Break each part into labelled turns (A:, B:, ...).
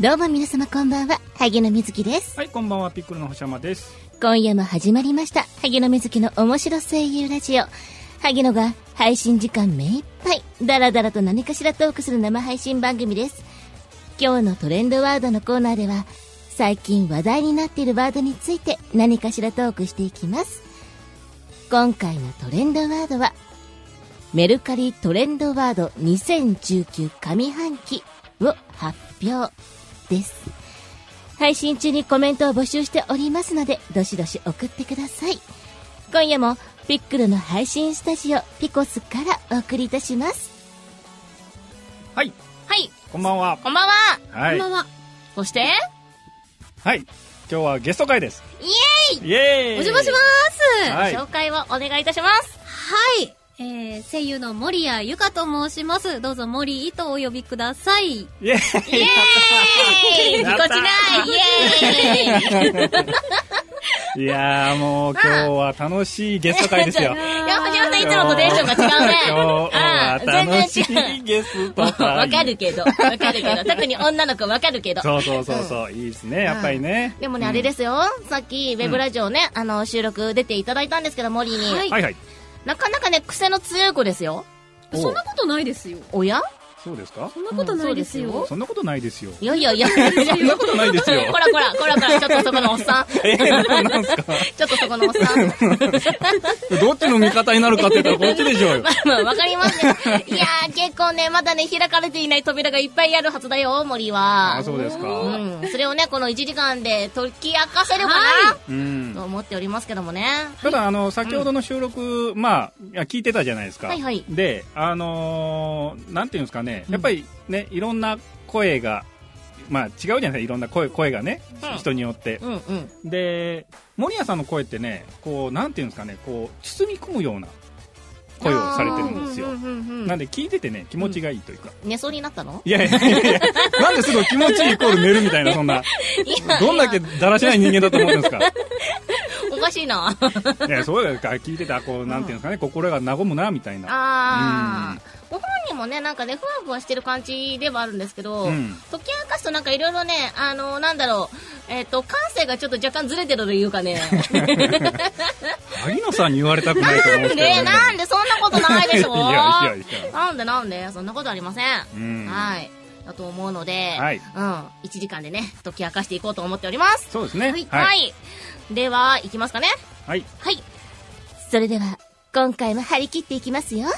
A: どうも皆様こんばんは、萩野瑞希です。
B: はい、こんばんは、ピックルの星山です。
A: 今夜も始まりました、萩野瑞希の面白声優ラジオ。萩野が配信時間目いっぱい、ダラダラと何かしらトークする生配信番組です。今日のトレンドワードのコーナーでは、最近話題になっているワードについて何かしらトークしていきます。今回のトレンドワードは、メルカリトレンドワード2019上半期を発表です。配信中にコメントを募集しておりますので、どしどし送ってください。今夜も、ピックルの配信スタジオ、ピコスからお送りいたします。
B: はい、
C: はい、
B: こんばんは。
C: こんばんは。
B: はい
C: こんばんは。そして、
B: はい、今日はゲスト会です。
C: イエーイ
B: イエーイ
C: お邪魔します、
B: はい
C: 紹介をお願いいたします。
D: はい。えー、声優の森谷ゆかと申します。どうぞ森井とお呼びください。
B: イエー
C: イ
B: イ
C: エーイぎ
B: や
C: こ
B: っ
C: ち
B: た
C: ないイエーイ
B: いやーもう今日は楽しいゲスト会ですよ。
C: いや、藤原さんいつもとテンションが違うね。
B: 今日は
C: うん
B: 楽し
C: 全然違。
B: いうゲス ト
C: わ
B: 会。
C: かるけど、わかるけど、特に女の子わかるけど。
B: そうそうそうそう、いいですね、やっぱりね。
C: でもね、あれですよ。さっき、ウェブラジオね、あの、収録出ていただいたんですけど、森に。
D: はい
B: はいはい。
C: なかなかね、癖の強い子ですよ。
B: お
D: そんなことないですよ。
C: おや
B: そうですか
D: そんなことないですよ。
C: うんそうで
B: そんなことないです よ。
C: いやいやい や、そんなこと
B: ないですよ
C: こらこら、こらこら、ちょっとそこのおっさ ん。
B: えー、なんなんすか
C: ちょっとそこのおっさん。
B: どっちの味方になるかって言ったらこっちでしょうよ
C: ま。あまあ、わかりますね。いやー、結構ね、まだね、開かれていない扉がいっぱいあるはずだよ、森は。
B: あ、そうですか。
C: うん。それをね、この1時間で解き明かせればな、
B: うん
C: と。思っておりますけどもね。
B: ただ、あの、先ほどの収録、まあ、いや聞いてたじゃないですか。
C: はいはい
B: で、あのーなんていうんですかね、やっぱりね、いろんな声が、まあ、違うじゃないですか、いろんな声、声がね、
C: うん
B: 人によって
C: う。んうん。
B: で、森谷さんの声ってね、こう、なんていうんですかね、こう、包み込むような声をされてるんですよ
C: う。んうんうんう
B: なんで、聞いててね、気持ちがいいというか。
C: ん。寝そうになった の
B: いやいやいやいや、なんですごい気持ちいいイコール寝るみたいな、そんな。どんだけだらしない人間だと思うんですか。
C: おかしいな。
B: いや、そうですか、聞いてた、こう、なんていうんですかね、心が和むな、みたいな。
C: あー。ご本人もね、なんかね、ふわふわしてる感じではあるんですけど、
B: うん
C: 解き明かすとなんかいろいろね、あのなんだろう、えっ、と、感性がちょっと若干ずれてるというかね。
B: 萩野さんに言われたく ないと思うんですけど
C: ね、なんでそんなことないでしょ
B: いやいやいや
C: なんでなんでそんなことありません。
B: うん
C: はい。だと思うので、
B: はい
C: うん。1時間でね、解き明かしていこうと思っております。
B: そうですねはい
C: はい。では、いきますかね。
B: はい
C: はい。
A: それでは、今回も張り切っていきますよ。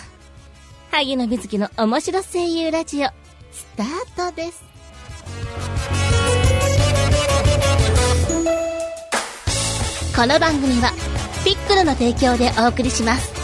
A: 萩野瑞希の面白声優ラジオ、スタートです。この番組は、ピックルの提供でお送りします。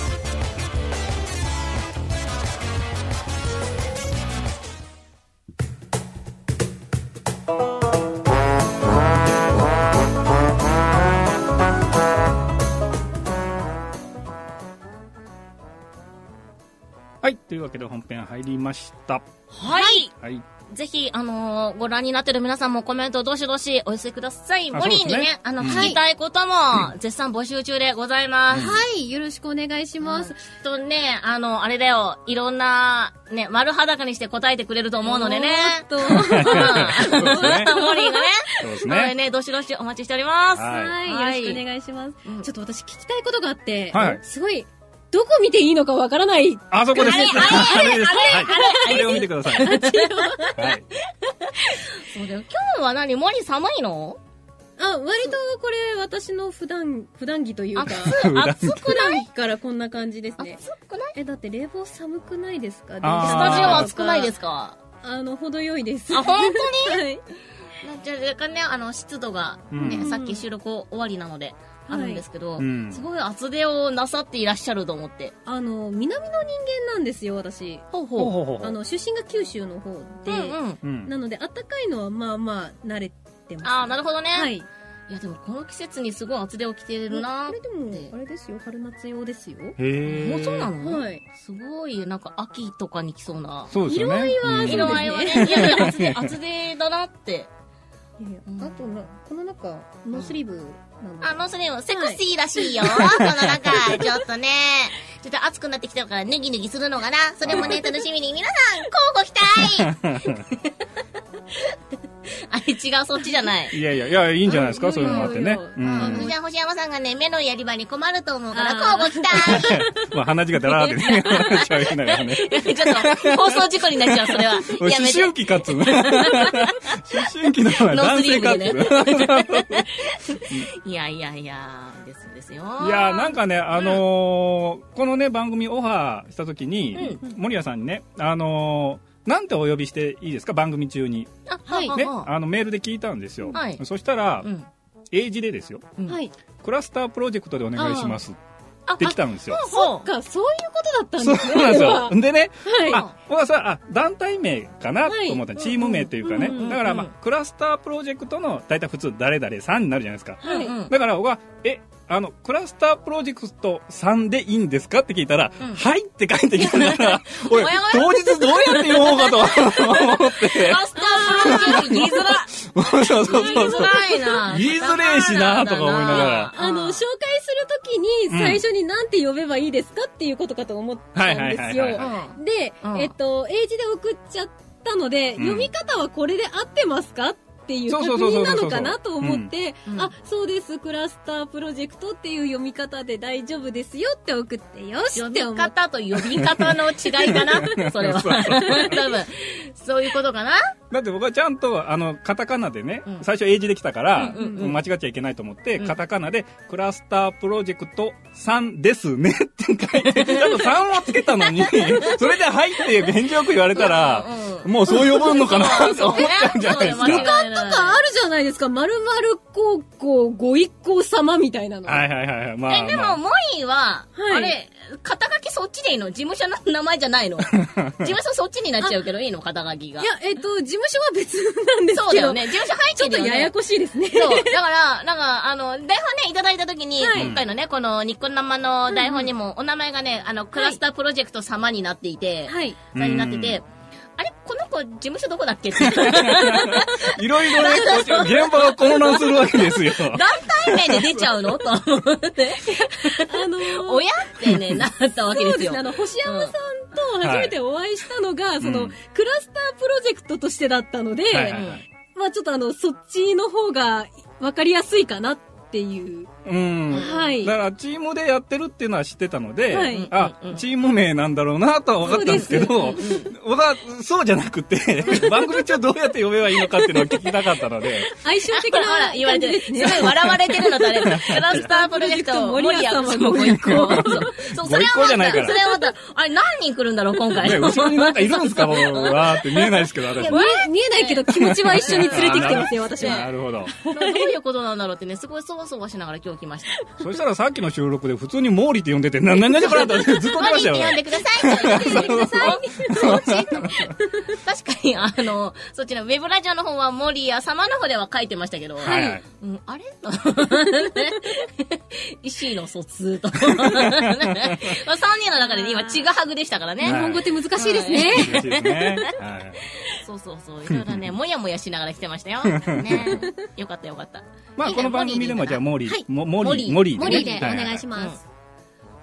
B: はいというわけで本編入りました
C: はい。
B: はい
C: ぜひ、あのーご覧になってる皆さんもコメントどしどしお寄せください。
B: あ
C: モリーに
B: そう
C: ね、
B: ですね
C: あの、
B: うん
C: 聞きたいことも、絶賛募集中でございます。
D: はい。よろしくお願いします
C: きっ。とね、あの、あれだよ、いろんな、ね、丸裸にして答えてくれると思うのでね。
D: おーっと
C: うん。モ
B: そうで すね
C: リーがね。
B: そうです
C: なので
B: ね
C: ね、どしどしお待ちしております。
B: はい
D: はい。よろしくお願いします。
C: うん
D: ちょっと私聞きたいことがあって、
B: はい
D: すごい、どこ見ていいのかわからない。
B: あそこです
C: あれ
B: あれですはいあれを見てくださいはい
C: そうだよ今日は何モリー寒いの
D: あ、割とこれ私の普段、普段着というか、
B: 裏
C: 暑く
D: 普段着からこんな感じですね。
C: 暑くない
D: え、だって冷房寒くないですか
B: あー
C: スタジオ暑くないです
D: か
C: か
D: あの、程よいです。
C: あ、本当に
D: はい。
C: じゃあ、若干ね、あの、湿度が、ね、
B: うん
C: さっき収録終わりなので、あるんですけど、
B: うん
C: すごい厚手をなさっていらっしゃると思って。
D: あの、南の人間なんですよ、私。
C: ほう
B: ほう
C: ほう。
B: ほうほう
D: あの、出身が九州の方
C: う
D: で、
C: んうん。
B: うん
D: なので、あったかいのはまあまあ、慣れてます、
C: ああ、なるほどね。。
D: はいい。
C: や、でもこの季節にすごい厚手を着てるな
D: これでも、あれですよ、春夏用ですよ。
B: へえ
C: もうそうなの
D: はい。
C: すごい、なんか秋とかに来そうな。
B: そうですよね色合い
C: 色合いはね、いやいや、厚手、 厚手だなって。
D: えー
C: うん
D: あとな、この中、ノースリーブなんで。
C: あの、それもセクシーらしい よ。この中、ちょっとね。ちょっと暑くなってきたから、脱ぎ脱ぎするのかな。そ れもね、楽しみに。皆さん、交互期待 あ違う、そっちじゃない。
B: いやいや、いや、いいんじゃないですか、そういうのもあってね。う
D: うんうん
B: ん。
C: じゃあ、星山さんがね、目のやり場に困ると思うか
D: あ
C: ら、
D: ー
C: こうご期待
B: まあ、鼻血がだらーってね、喋りながら ね。
C: ちょっと、放送事故になっちゃう、そ れは。
B: 思
C: やめて。
B: 春期かっつうの。思春期の方は男性かっつうの。
C: ノ
B: い
C: いやいやいや、ですですよ。
B: やー、なんかね、あのー、このね、番組オファーした時に、森谷さんにね、あのー、なんてお呼びしていいですか、番組中に。
C: あ、
D: はい
C: は
B: ね、
C: は
B: あの、メールで聞いたんですよ
C: はい。
B: そしたら
C: う、ん。
B: 英字でですよ。
C: うん
D: はい。
B: クラスタープロジェクトでお願いします。
C: あ
B: できたんですよ。
D: そっか、そういうことだったん
B: そう
D: ですね。
B: なんですよ
D: は。
B: でね、
D: い。
B: あ、僕はさ、あ、団体名かなと思った、
D: はい
B: チーム名というかね。
D: うんうんうん
B: だから、まあ、クラスタープロジェクトの、大体普通、誰々さんになるじゃないですか。
C: うんうん
B: だから僕は、え、あの、クラスタープロジェクトさんでいいんですかって聞いたら、
C: うん
B: はいって返ってきたから、お い
C: おや、
B: 当日どうやって読もうかと思って。
C: マスタープロジェクト言いづら。
B: そうそうそう
C: 言い
B: そう
C: づ。らいな。
B: 言いづれえしなとか思いながら
D: あの、紹介す
C: ょ
D: るときに、最初に何て呼べばいいですかっていうことかと思ったんですよ
B: はいはいはい。は
D: で、
C: うん
D: えっと、英字で送っちゃったので、
B: ん
D: 読み方はこれで合ってますかっていう
B: そう
D: 確
B: そうそうそう
D: 認なのかなと思って
C: う、ん
D: あ、そうです、クラスタープロジェクトっていう読み方で大丈夫ですよって送って、よし
C: 呼
D: っ
C: び
D: て思って。
C: 方と呼び方の違いかなそ れは。多分、そういうことかな
B: だって僕はちゃんと、あの、カタカナでね、
C: うん
B: 最初英字できたから、
C: うんうん
B: 間違っちゃいけないと思って、
C: うん
B: カタカナで、クラスタープロジェクトさんですねって書いて、ちゃんと3をつけたの に、それで入って、便所よく言われたら、
C: うん
B: もうそう呼ぶのかなと思っ
C: ね
B: ちゃうんじゃないです
C: それ間違
B: か。
C: いない
D: とかあるじゃないですか。〇〇高校ご一行様みたいなの。
B: はいはいはいはい。まあ、
C: え、で
B: ま
C: も、
B: あ、
C: モリーは、
D: はい
C: あれ、肩書きそっちでいいの事務所の名前じゃ ないの事務所そっちになっちゃうけどいいの肩書きが
D: い。や、えっと、事務所は別なんですけど。
C: そうだよね。事務所入っ
D: ち
C: て
D: ょっ
C: る
D: と
C: よ、ね。
D: ややこしいですね。
C: そう。だから、なんか、あの、台本ね、いただいたときに、
D: はい
C: 今回のね、このニッコ生の台本にも、お名前がね、あの、クラスタープロジェクト様になっていて、
D: はい。
C: さんになって
B: う
C: て、あれこの子、事務所どこだっけって。団
B: いろいろね、こう現場が混乱するわけですよ。
C: 体名で出ちゃうのと思 って、
D: あ のー
C: 親ってね、なったわけで
D: そう
C: す
D: です
C: よ
D: ね。あ。の、星山さんと初めてお会いしたのが、その、
B: うん
D: クラスタープロジェクトとしてだったので、
B: はいはいはい
D: まあちょっとあの、そっちの方が分かりやすいかなっていう。
B: うん。
D: はい
B: だ。から、チームでやってるっていうのは知ってたので、
D: はい
B: あ
C: うんうん、
B: チーム名なんだろうなとは分かったんですけど
D: そう、
B: 僕はそうじゃなくて、番組中どうやって呼べばいいのかっていうのを聞きたかったので、
D: 相性的
C: ほら、
D: な
C: ほら、言われ
D: 感
C: て
D: じ
C: る。
D: です
C: ご
D: すね。
C: い笑われてるのとあれ、 キャラスタープロジェクト、森谷さんもご一行。そう、それは
B: ご一行じゃな
C: ま
B: いか
C: た、
B: ら
C: それはまた、あれ何人来るんだろう、今回。
B: ね、後ろになんかいるんですか、僕はって見えないですけど、私。
D: 見え見えないけど気持ちは一緒に連れてきてますよ、私
B: な
D: は。
B: るほど。
C: どういうことなんだろうってね、すごいそわそわしながら今日来ました。
B: そしたらさっきの収録で普通にモーリーって呼んでて、な、な、な、な、これだってずっと
C: マ
B: 出ま
C: リ
B: し
C: ーっ
B: た
C: て
B: よ
C: 呼んで
B: ね。
C: くださいって呼んでください。確かに、あの、そっちのウェブラジオの方はモリア様の方では書いてましたけど、
B: はいはい
C: うん、あれと石井の疎通と。まあ3人の中でね、今、ちぐはぐでしたから
B: は
C: ね。
B: い
D: 日本語って難しいですね。
B: 嬉しいですね。はい。
C: そうそうそう。いろいろね、もやもやしながら来てましたよ。ね。よかったよかった。
B: まあ、この番組でもじゃあモーリ
C: はい
B: ー、もモーリー、
C: モ
B: モ
C: ー
B: ー
C: リ
B: リ
C: ー
B: ー
D: モ
B: ね
D: リーでお願いし
C: うん
D: ま
C: そう
D: す。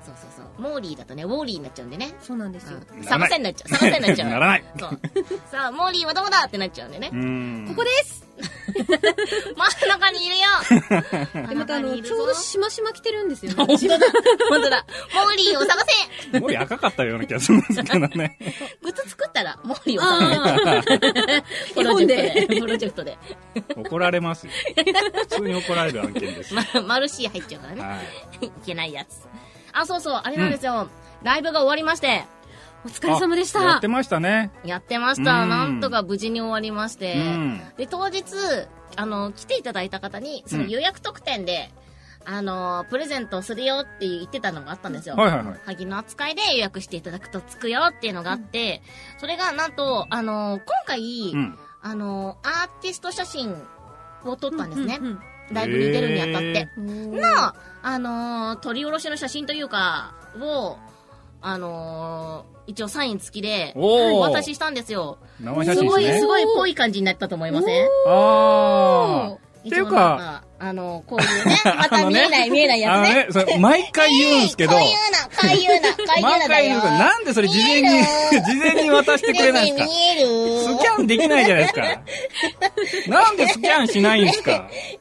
C: そうそう。モーリーだとね、ウォーリーになっちゃうんでね。
D: そうなんですよ。
C: うん探せになっちゃう。探せになっちゃう。
B: ならない
C: そう。 さあ、モーリーはどこだってなっちゃうんでね
B: う。ん。
D: ここです
C: 真ん中にいるよ
D: でまたあの、ちょうどしましま来てるんですよね。
C: 本当だ、本当だ。モーリーを探せ
B: モーリー赤かったような気がするんですけどね。
C: グッズ作ったら、モーリーを探せ。
D: ああ、
C: プロジェクトで。プロジェクトで。
B: 怒られますよ。普通に怒られる案件です。は
C: ま、マルシー入っちゃうからね。
B: い。
C: いけないやつ。あ、そうそう、あれなんですよ。ライブが終わりまして、
D: お疲れ様でし
B: あやったて。ましたね。
C: やってました。
B: うん
C: なんとか無事に終わりまして
B: う。ん。
C: で、当日、あの、来ていただいた方に、その
B: うん
C: 予約特典で、あの、プレゼントするよって言ってたのがあったんですよ。
B: はいはいはい。
C: 萩の扱いで予約していただくとつくよっていうのがあって、それがなんと、あの今回、
B: うん。
C: あのアーティスト写真を撮ったんですね。
D: うんうん
C: ライブに出るにあたって。
D: うん
C: の、あの撮り下ろしの写真というか、を、あの一応サイン付きで、
B: お
C: お
B: ー
C: 渡ししたんですよ。
B: 生写
C: す
B: 真
C: ごい、
B: です
C: す
B: ね。
C: ごいぽい感じになったと思いません
B: あー。ってい
C: 一応
B: う
C: なん
B: か、、
C: あの、こういうね、ま
B: あ
C: た
B: の
C: 見
B: ね
C: えない見えないや
B: あ
C: つ
B: の
C: ね。
B: ね、それ毎回言うんですけど
C: こう、いうの、こ
A: 回遊な、回遊な
B: 満
A: だ
B: 開い
A: よ
B: る。からなんでそれ事前に
A: 見え、
B: 事前に渡してくれないん
A: ねえねえ
B: ですか
A: 見える
B: スキャンできないじゃないですか。なんでスキャンしないんですか。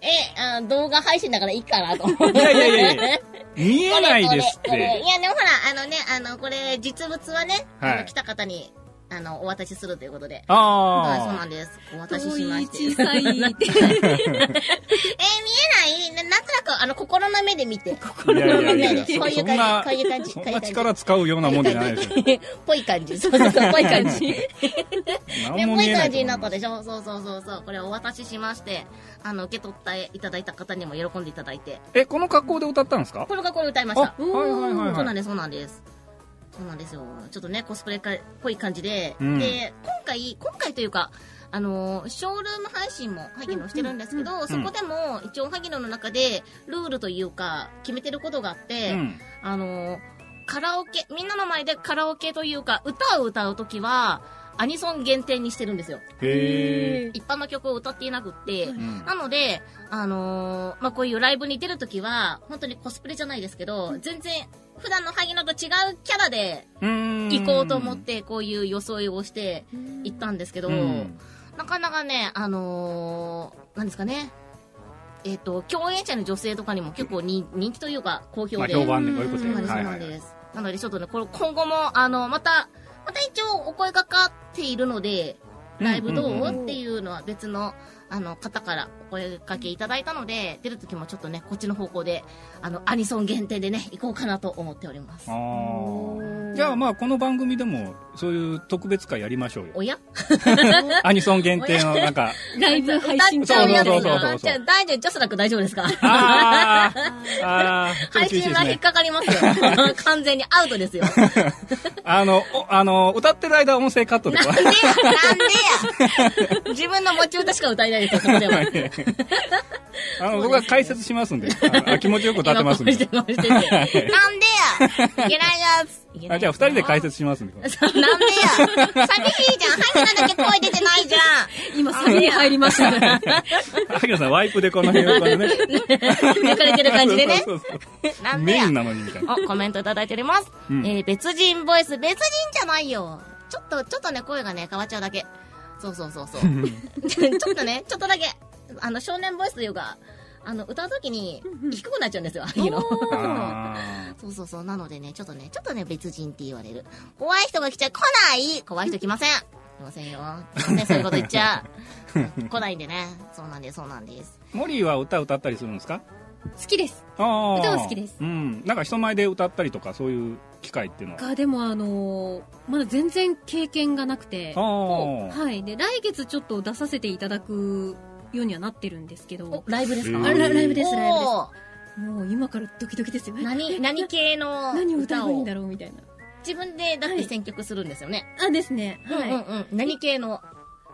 A: え、あ動画配信だからいいかなと思って。
B: い やいやいやいや見えないですっ
A: これこれこれ
B: て
C: い。や、でもほら、あのね、あの、これ、実物はね、
B: はい
C: あの来た方に、あの、お渡しするということで。はい、そうな
B: あ
C: んです。お渡し
D: 遠
C: しま
D: い
C: して。え
D: 小さいって。
C: ー、見えないななんとなく、あの、心の目で見て。
B: あ。いやいやいやいや
A: こういう
B: そ
A: 感
B: ん
A: じ、
B: な
A: こういう感じ、こういう
B: そんな
A: 感じ。
B: 力使うようなもんじゃないですよ。
C: ぽい感じ。そうそうそう、ぽい感じ。ね、
B: 何も
C: ぽ
B: 見
C: い
B: えな
C: 感
B: いと
C: じになっ
B: 思
C: た
B: う。
C: でしょそうそうそうそう。これお渡ししまして、あの、受け取っていただいた方にも喜んでいただいて。
B: え、この格好で歌ったんですか
C: これがこれ歌いま
B: あ、
C: し
B: は
C: た。
B: いはいはい
C: そうなん
B: はい。
C: です、そうなんです。そうなんですよ。ちょっとね、コスプレかっぽい感じで、
B: うん
C: で、今回、今回というか、あのーショールーム配信も萩野してるんですけど、そこでも一応萩野の中でルールというか決めてることがあって、
B: うん。
C: あのーカラオケ、みんなの前でカラオケというか歌を歌うときはアニソン限定にしてるんですよ。
B: へえ。
C: 一般の曲を歌っていなくって、
B: うん
C: なので、あのーまあ、こういうライブに出るときは、本当にコスプレじゃないですけど、全然、普段の萩野と違うキャラで
B: うーん
C: 行こうと思って、こういう装いをして行ったんですけど、
B: うん
C: なかなかね、あのーなんですかね、えっ、と、共演者の女性とかにも結構人人気というか、好評
B: まあ
C: で。
B: 評判でこういうこと
C: そうなん
B: で。
C: です、そう
B: はい
C: な
B: は
C: ん
B: い
C: です。なので、ちょっとね、これ今後も、あの、また、また一応お声がかっているので、ライブどう,、
B: うんうんうん
C: っていうのは別の、あの、方からお声かけいただいたので、出る時もちょっとね、こっちの方向で、あの、アニソン限定でね、行こうかなと思っております
B: あ。ーじゃあまあこの番組でもそういう特別会やりましょうよ
C: おや
B: アニソン限定のなんか
D: ライブ配信
C: 歌っちゃうやつ
B: そうそうそうそう
C: 歌っちゃう大丈夫、ジャスラック大丈夫ですか
B: あーあーちょ っ
C: 配
B: と厳しい
C: 信
B: で
C: が
B: す
C: 引っ
B: ね
C: かかります よ。完全にアウトですよ。
B: あのおあの歌ってる間は音声カットで
C: なんでやなんでや自分の持ち歌しか歌えないですよ、 そこでは。
B: あの僕は解説しますんでああ気持ちよく歌ってますん
C: 今
B: で
C: こうしてこうし ててなんでやいけないやついけないや
B: あ
C: つ
B: じゃあ二人で解説しますんで
C: そうなんでや寂しいじゃん萩野だけ声出てないじゃん
D: 今サビに入りました ね。
B: 萩野さんワイプでこの辺をこうね
C: 抜かれてる感じでね
B: そうそうそう
C: なんで
B: メ
C: や
B: インなのにみたいな
C: おコメントいただいております、
B: うん
C: えー別人ボイス別人じゃないよちょっとちょっとね声がね変わっちゃうだけそうそうそうそう ちょっとねちょっとだけあの少年ボイスというかあの歌う時に低くなっちゃうんですよ萩野
B: あ
C: そうそうそう。なのでね、ちょっとね、ちょっとね、別人って言われる。怖い人が来ちゃ来ない怖い人来ません来ませんよ。ね、そういうこと言っちゃう。来ないんでね。そうなんです、そうなんです。
B: ーモリーは歌歌ったりするんですか
D: 好きです。
B: あー
D: 歌は好きです
B: うんなんか人前で歌ったりとかそういう機会っていうのは
D: がでもあのーまだ全然経験がなくて、
B: あー
D: はい。で、来月ちょっと出させていただくようにはなってるんですけど、
C: ライブですか
B: へー
D: あラライブです、ライブです。
C: お
D: もう今からドキドキですよ。
C: ー 何、何系の
D: 何を歌え
C: 歌
D: ばいいん
C: を
D: だろうみたいな。
C: 自分でだって選曲するんですよね。
D: あ、ですね。はい。
C: うんうんうん。何系の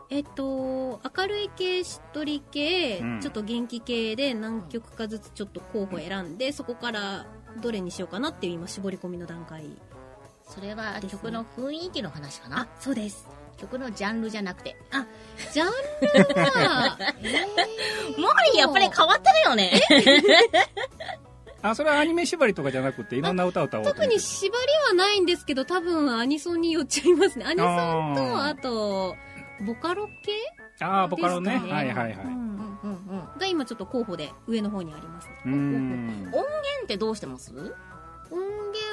D: えっと、明るい系、しっとり系、
B: うん
D: ちょっと元気系で何曲かずつちょっと候補選んで、そこからどれにしようかなっていう今絞り込みの段階。
C: それは
D: ですね
C: 曲の雰囲気の話か
D: あ
C: な、
D: そうです。
C: 曲のジャンルじゃなくて。
D: ジャンルは、
C: モーリーやっぱり変わってるよね。
B: あそれはアニメ縛りとかじゃなくていろんな歌を歌おうと思って
D: 特に縛りはないんですけど、多分アニソンに寄っちゃいますね。アニソンと、
B: あー
D: あと、ボカロ系
B: ああボカロね
D: ですか
B: は
D: ね
B: いはいは
D: う
B: い
C: うんんうんうん。音
D: が今ちょっと候補で上の方にありますね。
B: うーん
C: 源ってどうしてます
D: 音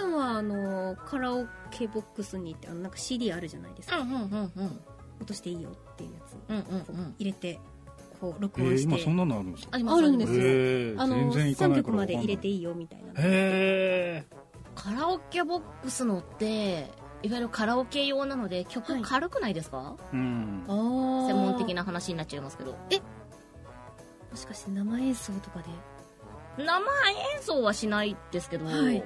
D: 源はあの、カラオケボックスに行って、あの、なんか CD あるじゃないですか。
C: うんうんうんうん。
D: 落としていいよっていうやつ。
C: うんうんうん。
D: 入れてこう録
B: えー
D: 音して、
B: 今そんなのあるんですか
C: あります
D: あるんですよ、
B: えー
D: あ
B: 全
D: の
B: 然いか
D: 3
B: ないか
D: 曲
B: らわ
D: ま
B: かん
D: で
B: ない
D: 入れていいよみたいな
B: へ
C: カラオケボックスのっていわゆるカラオケ用なので
D: は
C: 曲
D: い
C: 軽くないですか、
B: ーうん
C: 専
D: 専
C: 門的な話になっちゃいますけどえ
D: もしかして生演奏とかで
C: 生演奏はしないですけど、
D: はい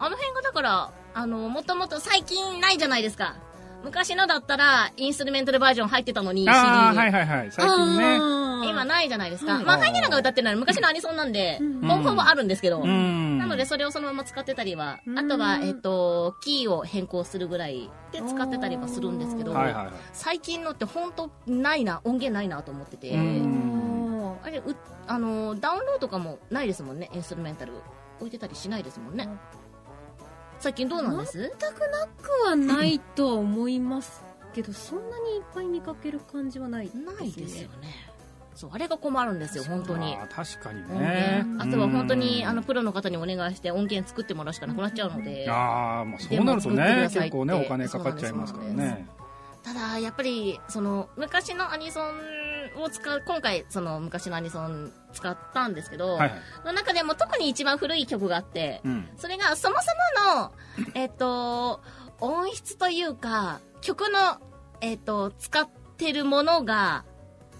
C: あの辺がだからあのもともと最近ないじゃないですか昔のだったらインストゥルメンタルバージョン入ってたのに CD に、
B: ああはいはいはい最近ね
C: 今ないじゃないですか、
D: はい
C: まあハイネラが歌ってるのは昔のアニソンなんで、
D: うん
C: ほぼほぼあるんですけど、
B: うん
C: なのでそれをそのまま使ってたりは、
D: うん
C: あとは、えっと、キーを変更するぐらいで使ってたりはするんですけど、
B: はいはいはい
C: 最近のって本当ないな音源ないなと思ってて、
B: うん
C: あれうあのーダウンロードとかもないですもんねインストゥルメンタル置いてたりしないですもんね最近どうなんです
D: 全くなくはないとは思いますけどそんなにいっぱい見かける感じはないです、ね、
C: ないですよね。そう、あれが困るんですよ、本当に
B: あ。ー確かに
C: 音
B: ね
C: 源あとは本当に、
B: うん
C: あの、プロの方にお願いして音源作ってもらうしかなくなっちゃうので。
B: ああまあそうなるとね
C: でも作ってくださいって
B: 結構ねお金かかっちゃいますから
C: そうなん
B: ね
C: ただやっぱりその昔のアニソンを使う今回その昔のアニソン使ったんですけど、
B: はいはい
C: の中でも特に一番古い曲があって、
B: うん
C: それがそもそものえっと音質というか曲のえっと使ってるものが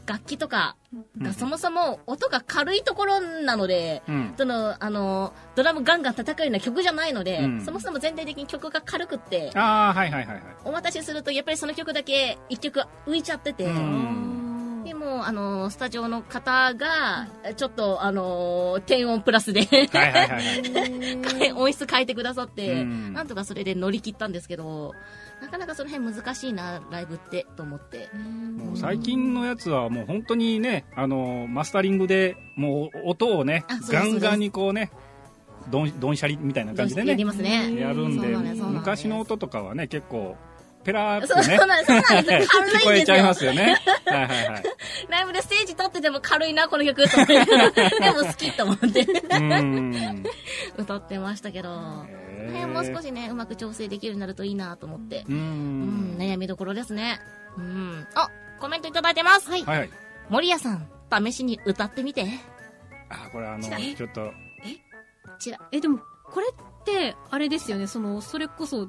C: 楽器とかがそもそも音が軽いところなので、
B: うん
C: そのあのドラムガンガン叩くような曲じゃないので、
B: うん
C: そもそも全体的に曲が軽くって
B: ああはいはいはいはい
C: お待たせするとやっぱりその曲だけ一曲浮いちゃってて、
B: うん
C: でもあのスタジオの方がちょっとあの低音プラスで
B: はいはいはいはい
C: 音質変えてくださって、
B: うん
C: なんとかそ れで乗り切ったんですけどなかなかその辺難しいなライブってと思って
B: もう最近のやつはもう本当にねあのマスタリングでもう音をね
C: あそうです
B: ガンガンにこうねどんどんしゃりみたいな感じで
C: やり
B: ね
C: ますね
B: やるんで
C: そうなんですそうなんです
B: 昔の音とかはね結構ペラーっ
C: そう
B: とね
C: そうなんですそうなんです軽いんですよ
B: 聞こえちゃいますよねはいはいはい
C: ライブでステージ立ってても軽いなこの 曲と思ってでも好きと思って
B: うん
C: 歌ってましたけど、
B: へー
C: この辺もう少し ねうまく調整できるようになるといいなと思って
B: う
C: うん、
B: ん
C: 悩みどころですね。うん。あ、コメントいただいてます。はい。
B: はいはい
C: 森谷さん、試しに歌ってみて。
B: あこれあの
D: ちなみに
B: ちょっと
C: ちら。
D: えでもこれってあれですよねそのそれこそ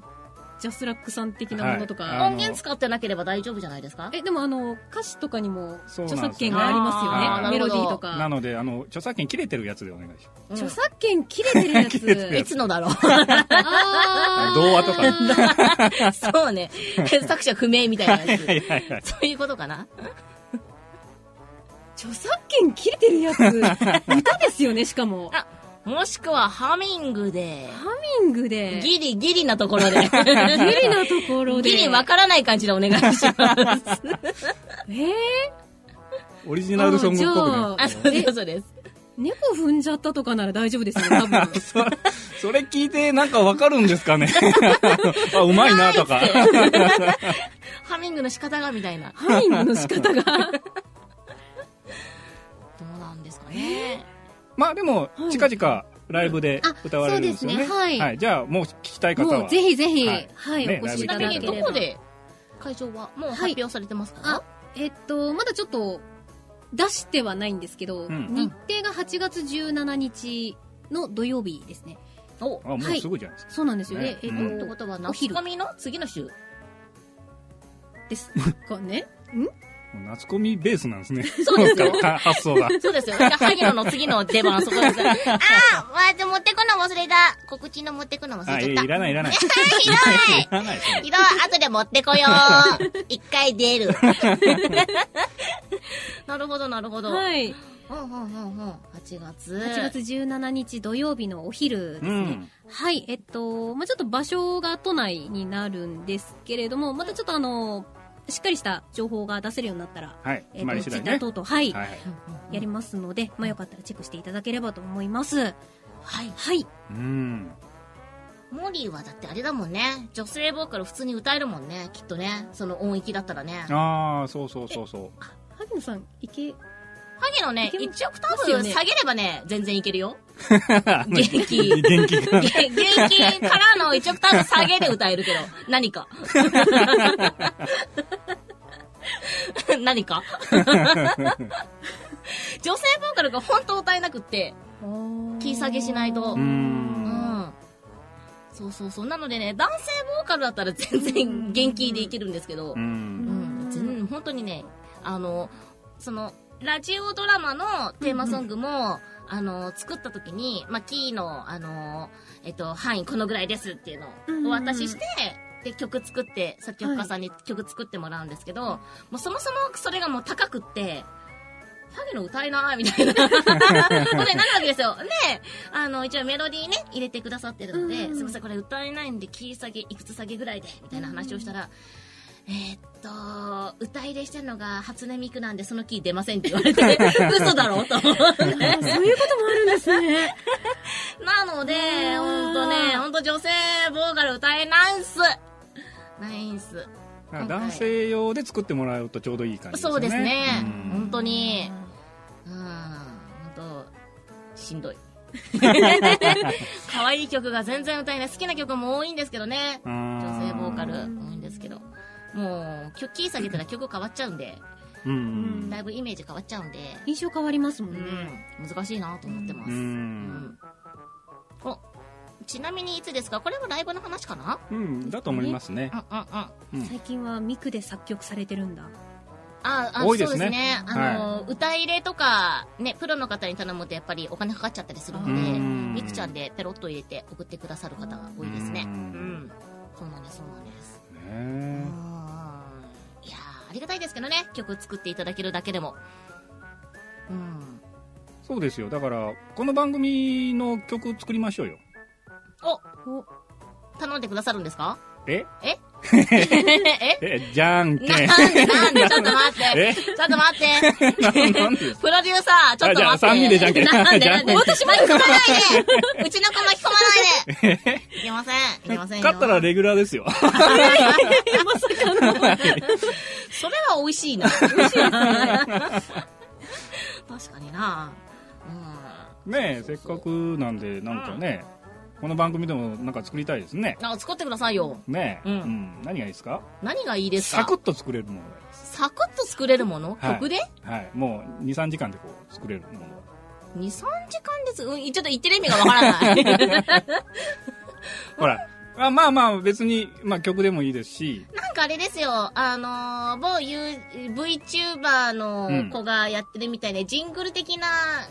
D: ジャスラックさん的なものとか、
B: はいあの
C: 音源使ってなければ大丈夫じゃないですか
D: えでもあの歌詞とかにも
B: そう
D: 著
B: なんですよ
D: 作権がありますよね
B: あー
D: メロディーと
B: な
D: か
B: のであの著作権切れてるやつでお願いしま
C: うん
D: 著作権切れてるやつ
B: 切れてるや
C: いつのだろ
D: あー
B: 童話とか
C: う。そうね。作者不明みたい なや
B: すはいはいはい
C: つ。そういうことかな
D: 著作権切れてるやつ歌ですよねしか も
C: あもしくは、ハミングで、
D: ハミングでギ
C: ギリギリなところで、
D: リなところで
C: ギリわからない感じでお願いします。
D: えー
B: オリジナルソングっぽくね
C: あ、そうです、そうです。
D: 猫踏んじゃったとかなら大丈夫ですよね多分
B: そそれ聞いてなんかわかるんです かねあうまいなとか
C: ハミングの仕方がみたいな。
D: ハミングの仕方
C: ど
D: が
C: うなんですかね。
B: まあでも
D: はい
B: 近々ライブで歌われるんですよね,、
D: あそうですねはい
B: じゃあもう聞きたい方は
D: もうぜひぜひ
B: は
D: はいい、
B: ね
D: お越しい
C: ちな
D: た
C: み
D: だ
C: に
D: け
C: ど
D: れ
C: こ
D: ば
C: で会場はもう発表されてますか、
D: あえっとまだちょっと出してはないんですけど、
B: うん
D: 日程が8月17日の土曜日ですね
C: お
B: あもうすぐじゃないですか、
D: そうなんですよね
B: ね
D: えっ
B: う
D: と、
B: ん
C: ってことは夏コミの次の週
D: ですかね
B: もう夏コミベースなんですね
C: そうですよ
B: なんか発想 が
C: そうですよだから萩野の次の出番そこです ああわあ持ってくの忘れた告知の持ってくの忘
B: あいいいらないいらな い
C: ひどい
B: い らないですね
C: 色は後で持ってこよ う一回出るなるほどなるほど、い、
D: はい
C: うんうんうんうん8月
D: 8月17日土曜日のお昼です
B: う
D: ね、
B: ん
D: はい、えっと、まあ、ちょっと場所が都内になるんですけれども、またちょっとあの、しっかりした情報が出せるようになったら、
B: はい
D: え
B: 決
D: っ
B: ま
D: と、
B: り
D: ツ
B: 次
D: イ
B: 第
D: ッター
B: ね
D: 等々、はい、
B: はいはい
D: やりますので、まあ、よかったらチェックしていただければと思います。
C: はい
D: はい、
B: うん
C: モリーはだってあれだもんね女性ボーカル普通に歌えるもんねきっとねその音域だったらね
B: ああそうそうそうそう
D: 萩野さん、いけ、
C: 萩野ね
D: いけま
C: 1オクタ
D: ます
C: ー
D: よ
C: ブ
D: ね
C: 下げればね全然いける よ
B: 元
C: 元気
B: 元気が
C: げ現金からの1オクターブ下げで歌えるけど、 何か。何か 女性ボーカルが本当歌えなくって、気下げしないと。
B: う
C: うんん。そうそうそう。なのでね、男性ボーカルだったら全然元気でいけるんですけど
B: う、ん
C: うん、全然本当にね、あの、その、ラジオドラマのテーマソングも、あの、作った時に、まあ、キーの、あの、えっと、範囲このぐらいですっていう
D: うんうん
C: のをお渡しして、で、曲作って、作曲家さんに曲作ってもらうんですけど、もうそもそもそれがもう高くって、ファゲの歌えないみたいなことになるわけですよ。で、あの、一応メロディーね、入れてくださってるので、
D: うんうん
C: すみません、これ歌えないんで、キー下げ、いくつ下げぐらいで、みたいな話をしたら、えーっと、歌入れしてるのが初音ミクなんでそのキー 出ませんって言われて、嘘だろと思って。
D: そういうこともあるんですね。
C: なので、ほんとね、ほんと女性ボーカル歌えないんす。ないんす。
B: あ男性用で作ってもらうとちょうどいい感じですよね
C: そうですね
B: うん。
C: 本当に。うん。本当しん どい。可愛い曲が全然歌えない。好きな曲も多いんですけどね。
B: うん
C: 女性ボーカル多いんですけど。もう、曲キー下げたら曲変わっちゃうんで、
B: うん
C: だいぶイメージ変わっちゃうんで、
D: 印象変わりますも
C: うん
D: ね。
C: ん、難しいなと思ってま
B: う
C: す。
B: ん
C: うんお、ちなみにいつですかこれもライブの話かな
B: うんだと思いますね
C: うんうんうん。
B: うん
D: 最近はミクで作曲されて るんだ。
C: ああ
B: 多いで
C: そ
B: すね
C: うですね。あの、歌入れとか、ね、プロの方に頼むとやっぱりお金かかっちゃったりするので、
B: うん
C: みくちゃんでペロッと入れて送ってくださる方が多いですね。
B: う
C: うんん。そうなんです、そうなんです。うん。
B: ね
C: いやー、ありがたいですけどね、曲作っていただけるだけでも。うん。
B: そうですよだからこの番組の曲作りましょうよ
D: お、
C: 頼んでくださるんです か
B: え
C: え
B: えじゃんけん
C: なんでなんでちょっと待っ
B: え
C: て。ちょっと待 って。
B: なんで
C: プロデューサー、ちょっと待って。
B: あじゃあ三人でじゃんけん
C: なんで
B: じゃん
C: な
B: け
C: ん
B: ん
C: で私巻き込まないでうちの子巻き込まないでいけません。いけませんよ。
B: 勝ったらレギュラーですよ
C: それは美味しいな。美味しいですね。確かにな。う
B: ねえせっかくなんでなんかねこの番組でもなんか作りたいですね
C: ん。あ、作ってくださいよ。
B: ねえ、
C: うん
B: うん何がいいですか
C: 何がいいですか
B: サクッと作れるものがいいです
C: サクッと作れるもの、
B: はい
C: 曲で
B: はいもう23時間でこう作れるものが
C: ?2、3時間です。うん、ちょっと言ってる意味がわ からない。
B: ほらあまあまあ別に、まあ、曲でもいいですし
C: なんかあれですよ、あのー、某 U- VTuber の子がやってるみたいで、ジングル的な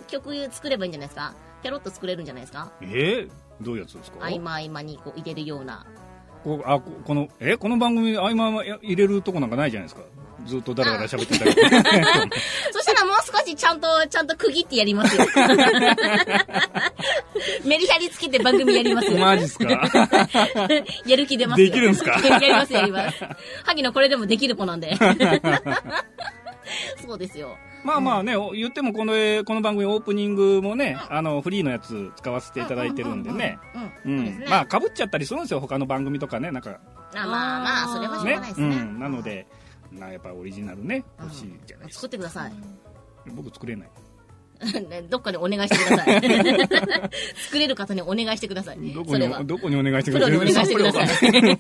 C: 曲作ればいいんじゃないですかペロッと作れるんじゃないですか
B: えー、どういうやつですか
C: 合間合間にこう入れるような。
B: こうあここのえこの番組合間は入れるとこなんかないじゃないですかずっとだらだら喋ってたり
C: そしたらもう少しちゃんと、ちゃんと区切ってやります よ。メリハリつけて番組やりますよ。
B: マジっすか
C: やる気出ますよ
B: できるんすか
C: やります、やります。萩野これでもできる子なん で。そうですよ。
B: まあまあね、お言ってもこのえこの番組オープニングもね、あのフリーのやつ使わせていただいてるんでね
C: う。
B: うん
C: そ
B: ん
C: うですね。
B: まあかぶっちゃったりするんですよ他の番組とかねなんか
C: あまあまあ、それはしょう
B: ね
C: がないです
B: う
C: ね。
B: んなのでなやっぱオリジナルね欲しいじゃないです
C: 作ってください。
B: か僕作れない
C: ねどっかにお願い してください。作れる方にお願いしてください。
B: どこ
C: それは
B: に。どこにお願いして
C: プロにお願いしてください
B: い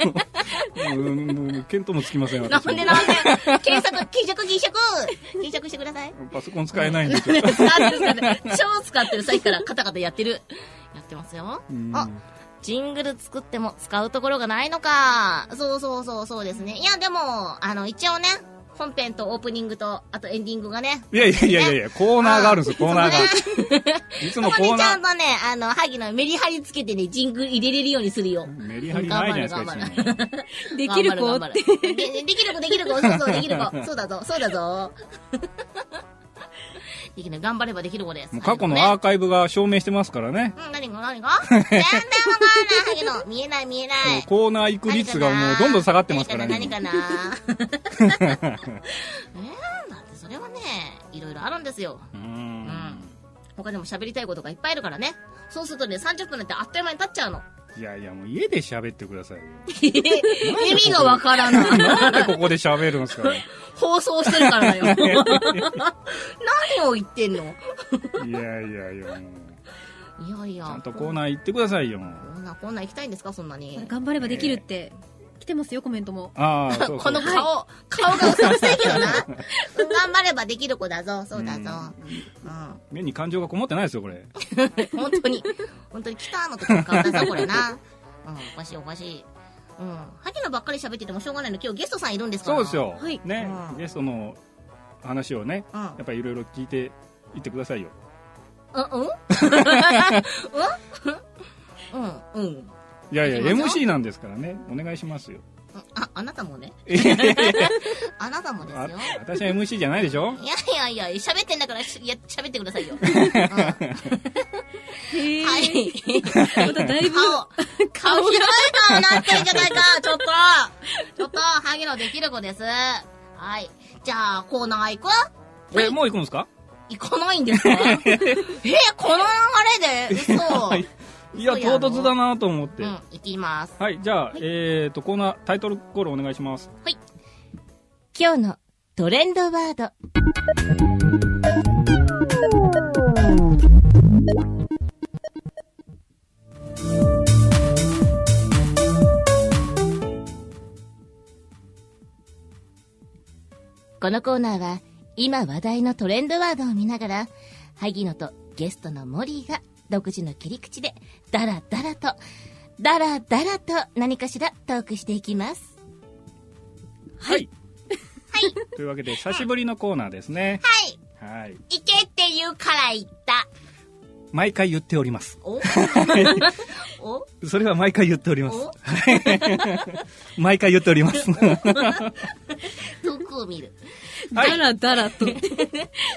B: うんうん見当もつきません
C: な
B: 私
C: んでなんで 検索、検索、検索検索してください。
B: パソコン使えないんですよ
C: 使ってる使ってる。超使ってる。さっきからカタカタやってる。やってますよ
B: う。ん
C: あ、ジングル作っても使うところがないのか。そうそうそうそうですね。いや、でも、あの、一応ね、本編とオープニングと、あとエンディングがね。
B: いやいやいやいや、コーナーがあるんですよ、コーナーがある。いつ
C: そ
B: も
C: こ
B: コー
C: にちゃ
B: ナ
C: んとね、あの、萩のメリハリつけてね、ジングル入れれるようにするよ。
B: ー。メリハリないじゃないですか、いつも。
D: できる子
C: 頑
D: っ
C: 張
D: て。
C: 頑張るでできる子、できる子、そう そう、できる子。そうだぞ、そうだぞ。 できる、頑張ればできる子です。
B: もう過去の
C: あ
B: アーカイブが証明してますからね。
C: うん、何が、何が全然わかんない、萩野。見えない、 見えない。
B: コーナー行く率がもうどんどん下がってますからね。
C: 何かな何かなえ ー、だってそれはね、いろいろあるんですよ。
B: うーん
C: 他にも喋りたいことがいっぱいあるからね。そうするとね、30分なんてあっという間に経っちゃう の。
B: いやいや、もう家で喋ってくださいよ。
C: 意味がわからない。
B: なんでここで喋るんですかね。
C: 放送してるからだ よ。何を言ってんの
B: いやいやいや、もう。
C: いやいや。
B: ちゃんとコーナー行ってくださいよ。
C: こんな、こんな行きたいんですかそんなに。
D: 頑張ればできるって、来てますよ、コメントも。
B: ああ、そうそう。
C: この顔、顔が嘘くさいけどな。 頑張ればできる子だぞ、そうだぞ。う
B: 目に感情がこもってないですよ、これ。
C: ん。本当に、本当に来たのときの顔だぞ、これ な。うん、おかしいおかしい。うん。萩野ばっかり喋っててもしょうがないの、今日ゲストさんいるんですから。
B: そうです。よ
D: はい。
B: ね
C: う。ん
B: ゲストの話をね、
C: うん。
B: やっぱりいろいろ聞いていってくださいよ。
C: うん うんうんうんうん。
B: いやいや、
C: 行きます
B: MC なんですからね。お願いしますよ。
C: あ、あなたもね。あなたもです
B: あ
C: よ。
B: 私は MC じゃないでしょ
C: いやいやいや、喋ってんだからし、いや、喋ってください よ。うん
D: へ
C: は
D: え。
C: い。
D: まただいぶ、
C: 顔、顔広い顔なってんじゃないか。ちょっと、ちょっと、萩野できる子です。はい。じゃあ、コーナー行く
B: え、もう行くんですか
C: 行かないんですかえ、この流れで、嘘。
B: いや、唐突だなと思って。
C: うん、行きます。
B: はい、じゃあ、えっと、コーナー、タイトルコールお願いします。
A: 今日のトレンドワード。このコーナーは今話題のトレンドワードを見ながら萩野とゲストのモリーが独自の切り口でダラダラとダラダラと何かしらトークしていきます
B: はい。はい。というわけで、久しぶりのコーナーですね。
C: はい。
B: はい。
C: 行けって言うから行った。
B: 毎回言っております。
C: おお
B: それは毎回言っております
C: お。
B: 毎回言っております。
C: 遠くを見る。
B: はい
D: だらだらと。
C: そう、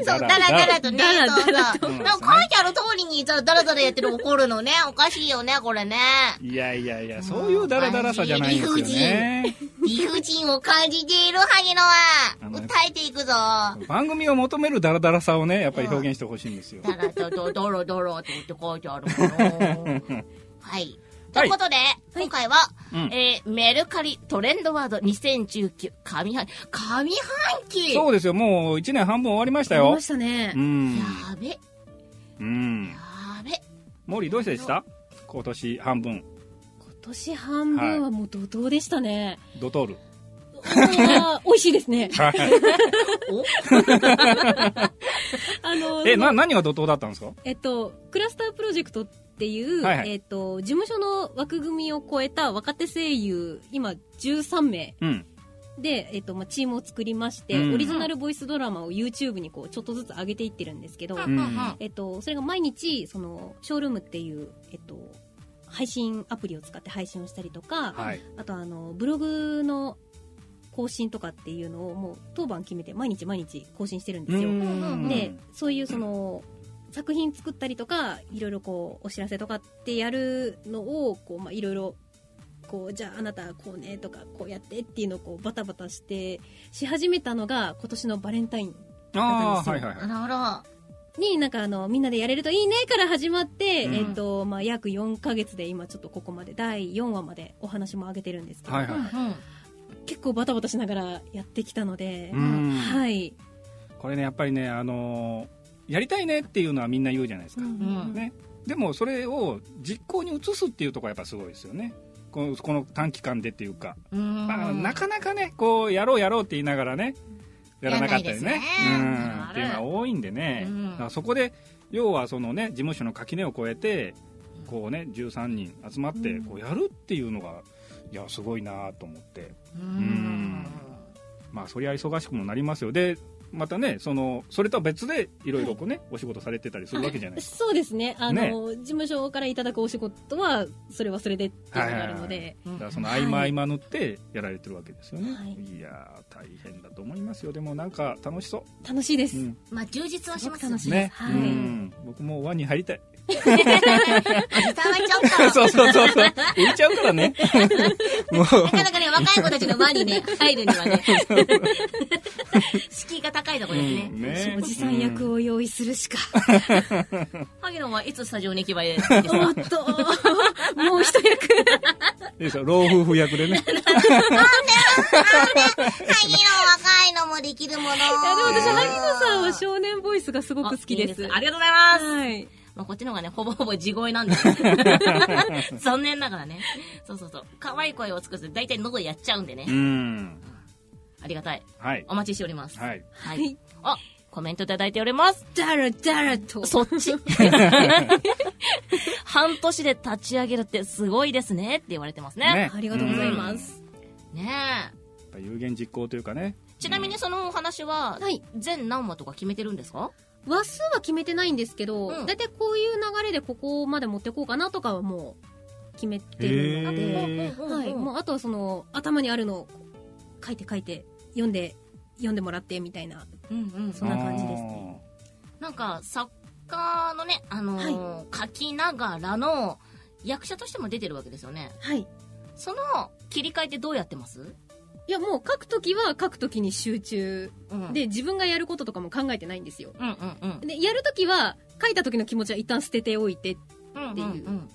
C: ダラダラとね、
D: ダラ
C: そうそう
D: ダラ
B: と
C: なんか書いてある通りに、じゃあダラダラやってる怒るのね。おかしいよね、これね。
B: いやいやいや、そういうダラダラさじゃないんですよね。
C: 理不尽を感じている萩野
B: あ
C: は、
B: のね
C: 訴えていくぞ。ダ
B: 番組を求めるダラダラさをね、やっぱり表現してほしいんですよ。
C: ラダラダラダラって書いてあるもの。はい。ということで、今回は、
B: うん
A: えーメルカリトレンドワード2019上半
C: 上半期
B: そうですよ、もう1年半分終わりました
D: あり
B: よ
D: ま。したね
B: う。ん。
C: やべ、や
B: うん。
C: べ。
B: モーリーどうしてでした今年半分、
D: 今年半分はもう怒涛でしたね。
B: ドトール。
D: あー美味しいですね。あ の、
B: え、な、何が怒涛だったんですか
D: えっと、クラスタープロジェクトっていう、
B: はいはい
D: えっと、事務所の枠組みを超えた若手声優、今13名
B: うん。
D: で、えっと、まあ、チームを作りまして、
B: うん
D: オリジナルボイスドラマを YouTube にこう、ちょっとずつ上げていってるんですけど、
B: うん
D: えっと、それが毎日、その、ショールームっていう、えっと、配信アプリを使って配信をしたりとか、
B: はい。
D: あとあの、ブログの更新とかっていうのをもう当番決めて毎日毎日更新してるんですよ。
B: ん
D: で、そういうその、作品作ったりとか、いろいろこう、お知らせとかってやるのを、こう、まあ、いろいろ、こう、じゃああなたこうねとか、こうやってっていうのをこう、バタバタして、し始めたのが、今年のバレンタイン
B: ああ、はいはいはい。
C: なるほ
D: に、なんかあの、みんなでやれるといいねから始まって、
B: うん
D: えっと、まあ、約4ヶ月で今ちょっとここまで、第4話までお話も上げてるんですけど、
B: はいはいはい。
C: ど。うん。
D: 結構バタバタしながらやってきたので、
B: うん
D: はい。
B: これねやっぱりねあのーやりたいねっていうのはみんな言うじゃないですか、
C: ん
B: ねでもそれを実行に移すっていうところはやっぱすごいですよねこのこの短期間でっていうか、
C: うん
B: まあ、なかなかねこうやろうやろうって言いながらねやらなかったりね
C: や
B: うん
C: んないですね
B: っていうのが多いんでね、
C: うん
B: だからそこで要はそのね事務所の垣根を越えてこうね13人集まってこうやるっていうのがいやすごいなと思って
C: うん。
B: まあそりゃ忙しくもなりますよでまたねそのそれとは別でいろいろこうね、お仕事されてたりするわけじ ゃないです
D: そうですね。あの、
B: ね
D: 事務所からいただくお仕事は、それはそれでっていうのがあるので、
B: はいは
C: うん
B: かだからその合間合間塗ってやられてるわけですよね、
D: はい
B: い、やー大変だと思いますよでもなんか楽しそ
D: 楽しいで
B: う、
D: す。
B: うん、
C: まあ、充実はします
D: すごく楽 しい
B: ね、
D: はい
B: うん僕も輪に入り たい
C: いただいちゃったら。
B: そうそうそうそう 浮いちゃうから ねもう
C: なかなかね、若い子たちの輪にね、入るにはね、敷居が高いところですね。
B: うんね
D: おじさん役を用意するしか。
C: 萩野はいつスタジオに行けばいいですか
D: お っと、もう一役。
B: うんいいですよ老夫婦役で ね
C: 萩野若いのもできるもの。いや、でも
D: 私、萩野さんは少年ボイスがすごく好きです。
C: ありがとうございます。
D: はい。
C: まあ、こっちの方がね、ほぼほぼ地声なんで。 残念ながらね。そうそうそう。可愛い声を作ると、大体喉やっちゃうんでね
B: う。ん
C: ありがたい。
B: はい
C: お待ちしております。
B: はい
C: は
D: はいい。
C: あ、コメントいただいております。
D: だらだらと。
A: そっ ち半年で立ち上げるってすごいですねって言われてますね
B: ね
D: ありがとうございます。
C: ねえ。
B: やっぱ有言実行というかね
C: ちなみにそのお話は、
D: はい。
C: 全何話とか決めてるんですか
D: 話数は決めてないんですけど、
C: うん
D: だいたいこういう流れでここまで持ってこうかなとかはもう決めてるの
B: へ
D: で
B: ー。
D: はい、もうあとはその頭にあるのを書いて書いて読んで読んでもらってみたいな
C: うんうん。
D: そんな感じですね
C: なんか、作家のね、あのー書きながらの役者としても出てるわけですよね。
D: はい
C: その切り替えってどうやってます
D: いやもう書くときは書くときに集中
C: うん。
D: で自分がやることとかも考えてないんですよ
C: うんうんうん。
D: でやるときは書いたときの気持ちは一旦捨てておいて
C: っ
D: ってい
C: うんう
D: う
C: ん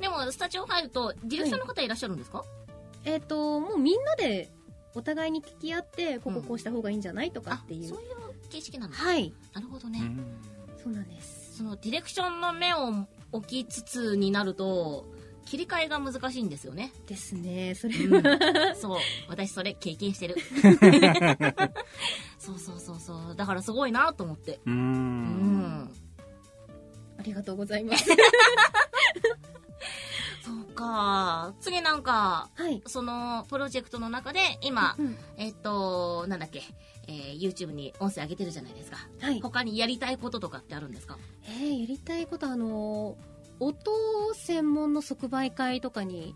C: でも、スタジオ入ると、ディレクションの方いらっしゃるんですか、
D: えっ、ともうみんなでお互いに聞き合ってこここうした方がいいんじゃないとか
C: あ
D: っていう、
C: そういう形式なの
D: はい
C: なるほど
B: う
C: ね、
B: ん
D: そうなんです
C: そのディレクションの目を置きつつになると切り替えが難しいんですよね、
D: ですねそれ
C: う
D: は、
C: ん、 そう私それ経験 してるそうそうそうそうだからすごいなと思って
B: う
C: うんん
D: ありがとうございます
C: そうか次なんか
D: はい、
C: そのプロジェクトの中で今
D: うん、
C: えっとなんだっけ、えー YouTube に音声上げてるじゃないですか
D: はい
C: 他にやりたいこととかってあるんですか
D: えーやりたいことあの音専門の即売会とかに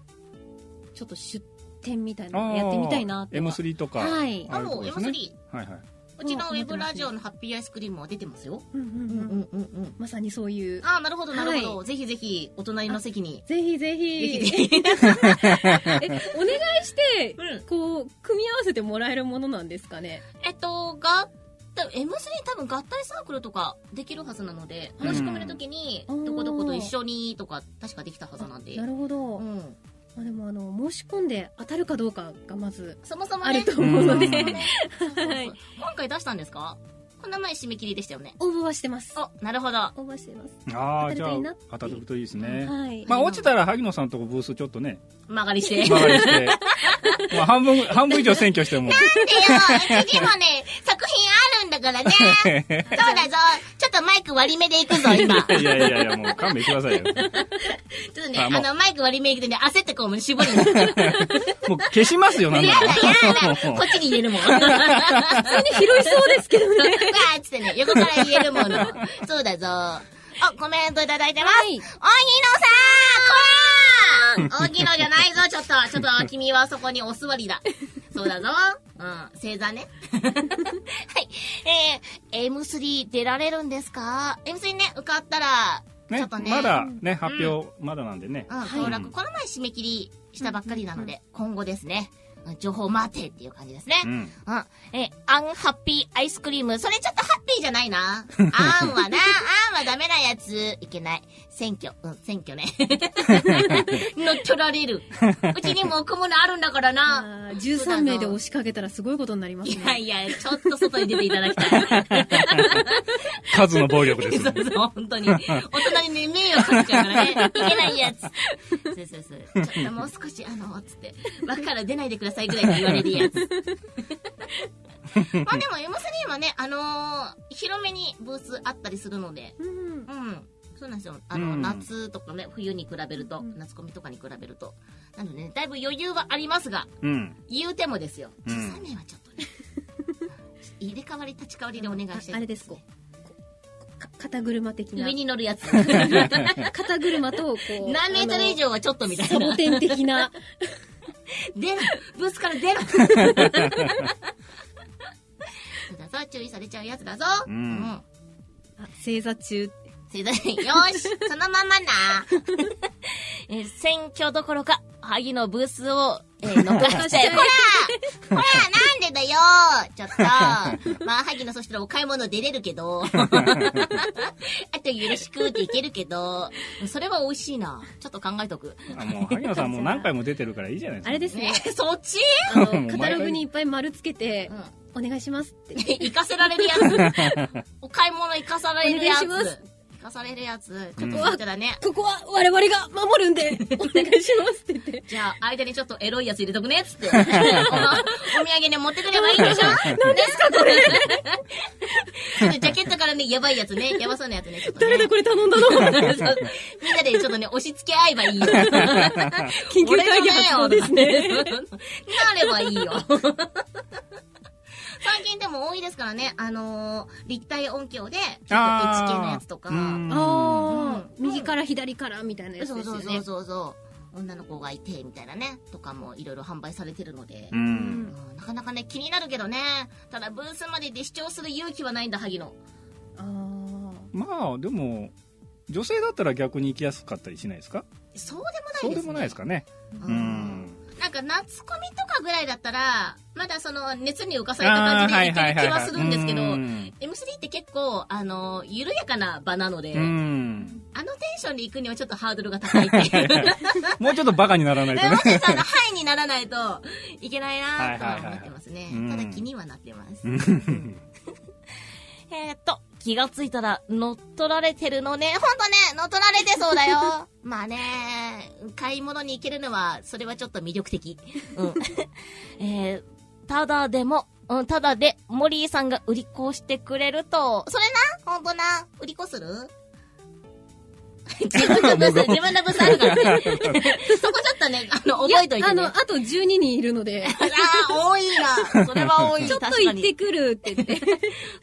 D: ちょっと出店みたいなのやってみたいなとか
B: M3 とか
D: はい
B: あ
C: あ
B: あいうと
C: も
B: こ
C: う
B: ですね
C: M3
B: はいはいう
C: ちのウェブラジオのハッピーアイスクリームは出てますよ
D: うんうんうん
C: うんうん
D: まさにそういう
C: ああ、なるほど、なるほど。ぜひぜひ、お隣の席に。
D: ぜひ
C: ぜ
D: ぜ
C: ひ
D: ひ
C: ぜひ。
D: え お願いして
C: うん
D: こう組み合わせてもらえるものなんですかね
C: えっと、が、M3 多分合体サークルとかできるはずなので、
B: うん
C: 申し込めるときに、
D: おー
C: どこどこと一緒にとか、確かできたはずなんで。
D: なるほど、
C: う
D: ま
C: ん。
D: あ、でもあの申し込んで当たるかどうかがまず
C: そもそも
D: あ
C: ね
D: ると思うので、
B: うん
C: そうそうそう
D: はい
C: 今回出したんですかこの前締め切りでしたよね。
D: 応募はしてます
C: お、なるほど。
D: 応募はしてます
B: ああ
D: 当たる
B: じ
D: と
B: ゃあ
D: いいなっていう
B: 当たるといいですね
D: はい、
B: まあ落ちたら萩野さんとこブースちょっとね
C: 曲がりして。
B: 曲がり してまあ半分半分以上占拠しても
C: でよ、うちにもね、作品あるんだからね。そうだぞ。ちょっとマイク割り目でいく ぞ、今。
B: いやいやいやもう勘弁してくださいよ
C: ちょっとね、
B: あ
C: あ
B: もう
C: の、マイク割り目でね、焦ってこう、絞 るんですよ。
B: もう消しますよなん
C: や
B: だ
C: だやだ、
B: もう
C: こっちに言えるもん。わ
D: 普通に拾いそうですけ どね
C: ーっつってね、横から言えるもの。そうだぞ。あ、コメントいただいてます。
D: い
C: おぎのさんこーんおぎのじゃないぞ、ちょっと。ちょっと、君はそこにお座りだ。そうだぞ。うん、星座 ね。はい。えー、M3 出られるんですか ?M3 ね、受かったら、ちょ
B: ね
C: っとね。
B: まだね発表まだなんでね
C: うん、当落、この前締め切りしたばっかりなので、今後ですね、うん情報待てっていう感じですね。
B: うん
C: うん。え、アンハッピーアイスクリーム。それちょっとハッピーじゃないな。アンはな、アンはダメなやつ。いけない。選挙。うん、選挙ね。乗っ取られる。うちにも置くものあるんだからな。
D: あー13名で押しかけたらすごいことになります
C: い
D: ね
C: やいや、ちょっと外に出ていただきたい。
B: 数の暴力で
C: そ
B: す
C: うそう、本 当に。大人にね、迷惑かけちゃうからね。いけないやつ。そうそうそう。ちょっともう少し、あの、つって、枠から出ないでくださいぐらいに言われるや つ。まあでも M3 はね、あのー広めにブースあったりするので、
D: うん
C: うん。そうなんですよ。あの、
B: うん
C: 夏とかね、冬に比べると、
D: うん
C: 夏コミとかに比べると。なのでね、だいぶ余裕はありますが、
B: うん
C: 言うてもですよ。
B: うん
C: 13名はちょっと ね、入れ替わり立ち替わりでお願いしたい、
D: ああれですこうこうか肩車的な
C: 上に乗るやつ。
D: 肩車とこ う
C: 何メートル以上はちょっとみた
D: あのサ
C: いな。
D: ボテン的な
C: 出ろブースから 出ろそうだぞ、注意されちゃうやつだぞ。
B: うん
D: あ正座中
C: 世代よーし、そのままな。 えー選挙どころか、萩のブースを、え ー、残しちゃえ。こらこらなんでだよちょっ と。まあ、萩のそしたらお買い物出れるけ ど。あとよろしくっていけるけど。それは美味しいな。ちょっと考えとく。
B: あもう萩野さんもう何回も出てるからいいじゃないです
D: あ
B: か
D: れです
C: ね
D: ね、
C: そっち
D: あの
B: もう 毎
D: カ
B: 回
D: タログにいっぱい丸つけて
C: うん
D: 「お願いします」って
C: 行かせられるやつ。お買い物行かされるやつ。
D: お願いします
C: 行かされるやつ。
B: うん
C: ここだったらね。
D: ここは我々が守る んで、お願いしますって言って。
C: じゃあ、間にちょっとエロいやつ入れとくねっつって。おお土産ね、持ってくればいいでしょ何ですか、これ。 ジャケットからね、やばいやつね、やばそうなやつね、ちょっとね。
D: 誰だこれ頼んだの
C: そうみんなでちょっとね、押し付け合えばいいよ。
D: 緊急会議発動ですね。
C: なればいい よ。最近でも多いですからね、あのー立体音響で、結構 HK のやつとか、
B: うん
D: ああ、
C: うん
D: 右から左からみたいなやつ
C: そ
D: で
C: う
D: す
C: そ
D: よ
C: うそう
D: ね。
C: そうそう、女の子がいて、みたいなね、とかもいろいろ販売されてるので、
B: う
D: うんん
C: うんなかなかね、気になるけどね、ただブースまでで視聴する勇気はないんだ、萩野。
D: あー
B: まあでも女性だったら逆に行きやすかったりしないですか
C: そうで
B: そ
C: もない
B: うで
C: ですね。
B: もないですかね
C: う。
B: うんん
C: なんか夏コミとかぐらいだったら、まだその熱に浮かされた感じでいける気はするんですけど、
B: うん
C: M3 って結構、あの、緩やかな場なので、
B: うん
C: あのテンションで行くにはちょっとハードルが高い っていう。
B: もうちょっとバカにならないと
C: で
B: ね
C: も。ちょっとあの、はいにならないといけないなとは思ってますね
B: いはい。は
C: た
B: い
C: だ気にはなってます。
B: うん
A: えーっと、気がついたら乗っ取られてるのね
C: え、。ほんとね、乗っ取られてそうだ よ。まあね、買い物に行けるのは、それはちょっと魅力的。 うん。
A: えーただでも、うんただで、モリーさんが売り子してくれると、
C: それな、ほんとな、売り子 する自分のブース、自分のブースあるから ね。そこちょっとね、あの、覚えといて
D: あ
C: ね。
D: の、あ
C: あ
D: と12人いるの で、
C: あー、多いな。それは多い。
D: ちょっと
C: 確か
D: 行っ
C: に
D: てくるって言って。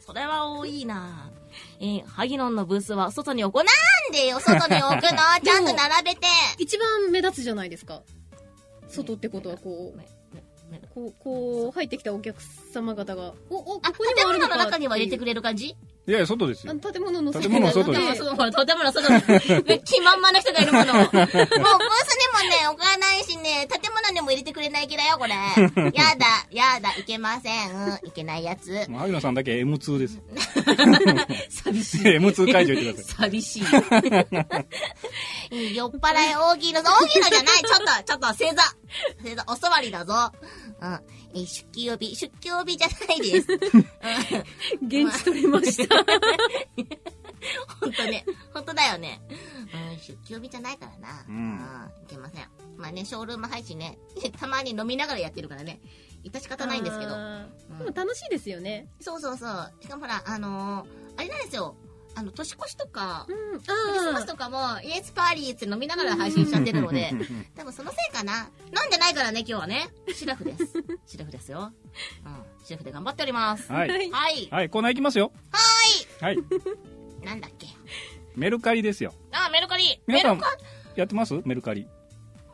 A: それは多い なえー、ハギノンのブースは外に置こ
C: なんでよ、外に置くのちゃんと並べて。
D: 一番目立つじゃないですか。外ってことはこう、こう、こう、入ってきたお客様方が、お、お、こ
C: あ、
D: こに
C: 建
D: もある
C: 物
D: の
C: の
D: か
C: 中には入れてく
D: れ。
C: れる感じ
B: いやいや、外です
D: あ
B: よ
D: の。建物の外
B: 建物の外
C: 建
B: で
C: 物外ほら建物の外に。 ね気満々な人がいるもの。もうブースにもね、置かないしね、建物にも入れてくれない気だよ、これ。やだ、やだ、いけません。うん、いけないやつ。
B: もう萩野さんだけ M2 です。
C: 寂 しい。
B: M2 会場行ってくださ
C: 寂 しい。酔っ払い大喜利のぞ、大喜利のじゃないちょっと、ちょっと、正座。正座、お座りだぞ。うん。えー出勤曜日、出勤曜日じゃない です。
D: 現地取れました。
C: 本当ね、本当だよね。うん、出勤日じゃないからな。
B: う
C: うんん、いけません。まあね、ショールーム配信ね、 たまに飲みながらやってるからね、致し方ないんですけど。
D: あー
C: う
D: で
C: ん
D: も楽しいですよね。
C: そうそうそう。しかもほら、あのーあれなんですよ。あの、年越しとか
D: う、ん。
C: クリスマ
D: あ
C: スとかも、イエスパーリーって飲みながら配信しちゃってるので、多分そのせいかな。飲んでないからね、今日はね。シラフです。シラフですよ。うん、シラフで頑張っております。
B: い。 は。
D: あ。はいい。
C: はい。
B: はい、コーナー行きますよ。はい。はい。
C: なんだっけ。
B: メルカリですよ。
A: う。あー、メルカリ
B: 皆
A: メ
B: さ
A: ル
B: ん、やってますメルカリ。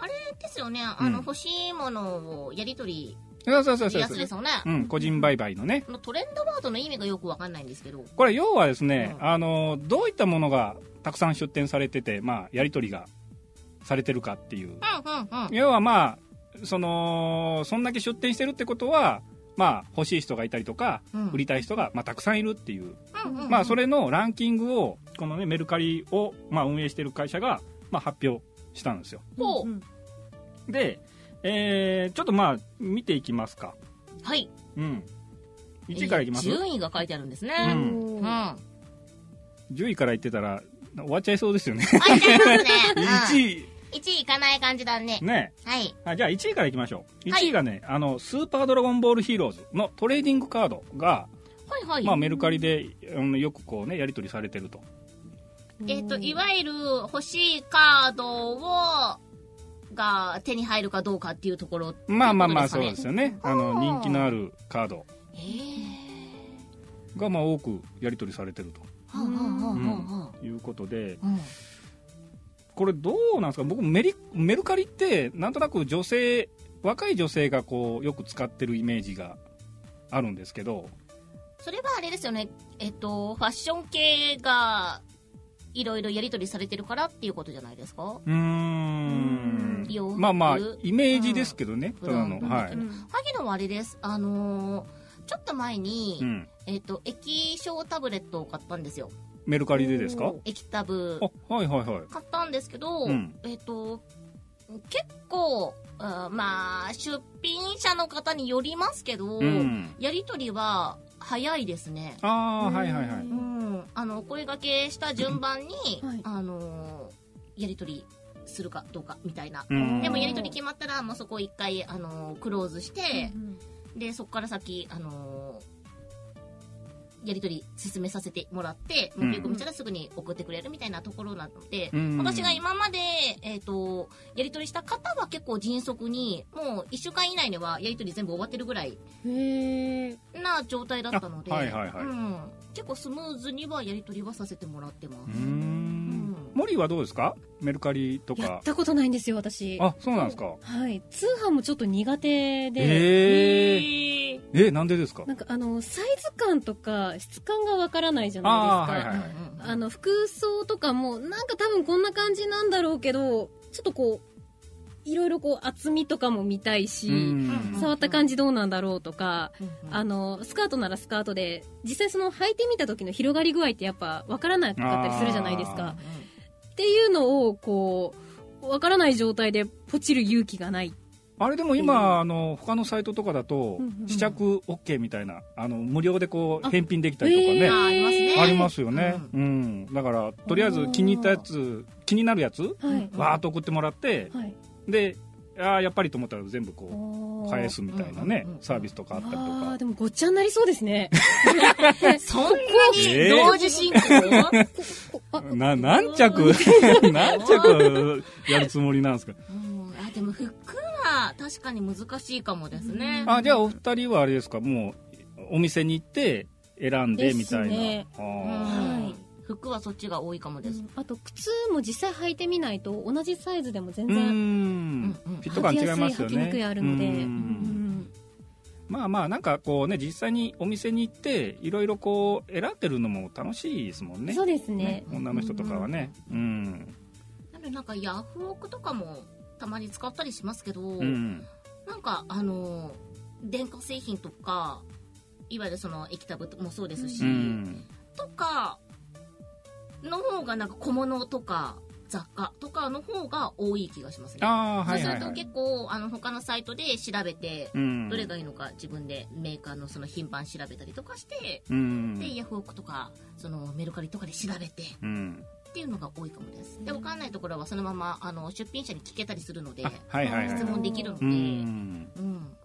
C: あれですよね、あの、
B: うん
C: 欲しいものをやりとり、
B: そうそうそうそう
C: や
B: そ
C: つ
B: う。
C: ですよね。
B: うん、個人売買のね。
C: このトレンドワードの意味がよくわかんないんですけど。
B: これ、要はですね、
C: う
B: あの、どういったものがたくさん出展されてて、まあ、やり取りがされてるかってい
C: う
B: う。
C: んうんうん。
B: 要はまあ、その、そんだけ出展してるってことは、まあ、欲しい人がいたりとか、
C: うん
B: 売りたい人が、まあ、たくさんいるっていう。
C: うんうん
B: まあ、それのランキングを、このね、メルカリを、まあ、運営してる会社が、まあ、発表したんですよ。
C: ほう。
D: ん
B: で、えー、ちょっとまあ、見ていきますか。
C: はい。
B: うん。1位からいきます
C: 順位が書いてあるんですね。
B: う
C: うんん。
D: おー
C: あ、
B: 10位から言ってたら終わっちゃいそうですよ
C: い
B: ね。
C: っちゃいますね
B: 1位
C: うん。1位いかない感じだね。
B: ね
C: はい。
B: あじゃあ1位からいきましょう
C: はい
B: 1位がね、あのスーパードラゴンボールヒーローズのトレーディングカードが、
C: はいはい。
B: まあ、メルカリで、うん、よくこうねやり取りされてると
C: えっ、と、いわゆる欲しいカードを、が手に入るかどうかっていうところ。
B: まあまあまあ
C: と
B: そう
C: い
B: で
C: こと
B: すよねあの人気のあるカード
C: かね。え
B: がまあ多くやり取りされてる
C: えはあはあはあは
B: ということで
C: あ。うん。
B: これどうなんですか僕メリメルカリってなんとなく女性若い女性がこうよく使ってるイメージがあるんですけど
C: それはあれですよね。えっ、と、ファッション系が、いろいろやりとりされてるからっていうことじゃないですか
B: うー
C: う
B: ん
C: ん洋服
B: まあまあイメージですけどね、
C: うん
B: ただの、
C: うん
B: は
C: う
B: い、
C: ん萩野はあれです。あのーちょっと前に、
B: うん、
C: えっ、と、液晶タブレットを買ったんですよ。
B: メルカリでですか
D: おー
C: 液タブ。
B: あはいはいはい
C: 買ったんですけど、
B: うん
C: えっ、と、結構、あーまあ、出品者の方によりますけど、
B: うん
C: やりとりは早いですね。
B: ああはいはいは
D: う
B: い
D: ん
C: うん。あの、お声掛けした順番に、
D: はい
C: あのーやりとりするかどうかみたいな。
B: うん
C: でもやりとり決まったら、もうそこ一回、あのークローズして、でそこから先、あのーやり取り進めさせてもらって
B: うん
C: 持って込みしたらすぐに送ってくれるみたいなところなので、
B: うん
C: 私が今まで、えっとやり取りした方は結構迅速にもう1週間以内にはやり取り全部終わってるぐらい
D: へえ。
C: な状態だったので、
B: あはいはいはい
C: うん、結構スムーズにはやり取りはさせてもらってま
B: うー
C: す。
B: ん森はどうですかメルカリと
D: や
B: か
D: ったことないんですよ、私。
B: あそうなんですか
D: はい。通販もちょっと苦手で、
B: えー、
C: へー
B: えなんでですか
D: なんかあの、サイズ感とか質感がわからないじ
B: あ
D: ゃな
B: あ
D: い
B: はいは
D: ですか
B: い。はい
C: うん
D: あの、服装とかも、なんか多分こんな感じなんだろうけど、ちょっとこう、いろいろこう、厚みとかも見たいし、
C: うん
D: 触った感じどうなんだろうとか、
C: うん
D: あの、スカートならスカートで、実際その履いてみた時の広がり具合ってやっぱわからなかったりするじゃないです
B: あ
D: か。っていうのを、こう、わからない状態でポチる勇気がない。
B: あれでも今、あの他のサイトとかだと
D: うんうん
B: 試着 OK みたいなあの無料でこう
D: あ
B: 返品できたりとか
D: え
B: ね
D: ー
C: ありますね
B: ありますよね、うんだからとりあえず気に入ったやつ気になるやつ
D: はい。
B: わーっと送ってもらって
D: はい。
B: であーやっぱりと思ったら全部こう返
D: 返
B: すみたいなね
C: うんうんうん
B: サービスとかあったりと
D: あー
B: か
D: でもごっちゃになりそうです ね。
C: そんな
B: え
C: に
B: ー
C: 同時進行
D: あ
B: な何着 何着やるつもりなんですか
C: うんあでも服は確かに難しいかもですね
B: あじゃあお二人はあれですかもうお店に行って選んでみたいな、
D: ですね
B: あ
C: う
B: ー
C: ん
D: はい
C: 服はそっちが多いかもです、
D: あと、靴も実際履いてみないと、同じサイズでも全
B: うー
D: 然、
B: ん
C: うんうん
B: フィット感違いますよね
D: 履きやすい履きにくいあるので
B: うん
D: うん
B: まあまあなんかこうね実際にお店に行っていろいろこう選んでるのも楽しいですもんね
D: そうですね。
B: 女の人とかはねうん
C: なのでなんかヤフオクとかもたまに使ったりしますけど、
B: うん
C: なんかあの電化製品とかいわゆるその液タブもそうですし、
B: うん
C: とかの方がなんか小物とか雑貨とかの方が多い気がしますね
B: ああはいはい、
C: そう
B: は
C: すると
B: い
C: 結構あの他のサイトで調べて
B: うん、
C: どれがいいのか自分でメーカーのその品番調べたりとかして、
B: うん
C: でヤフオクとかそのメルカリとかで調べて
B: うん
C: っていうのが多いかもです、で
D: うん
C: 分かんないところはそのままあの出品者に聞けたりするので
B: あはいはいはい
C: 質問できるので、
B: う
C: うん
B: ん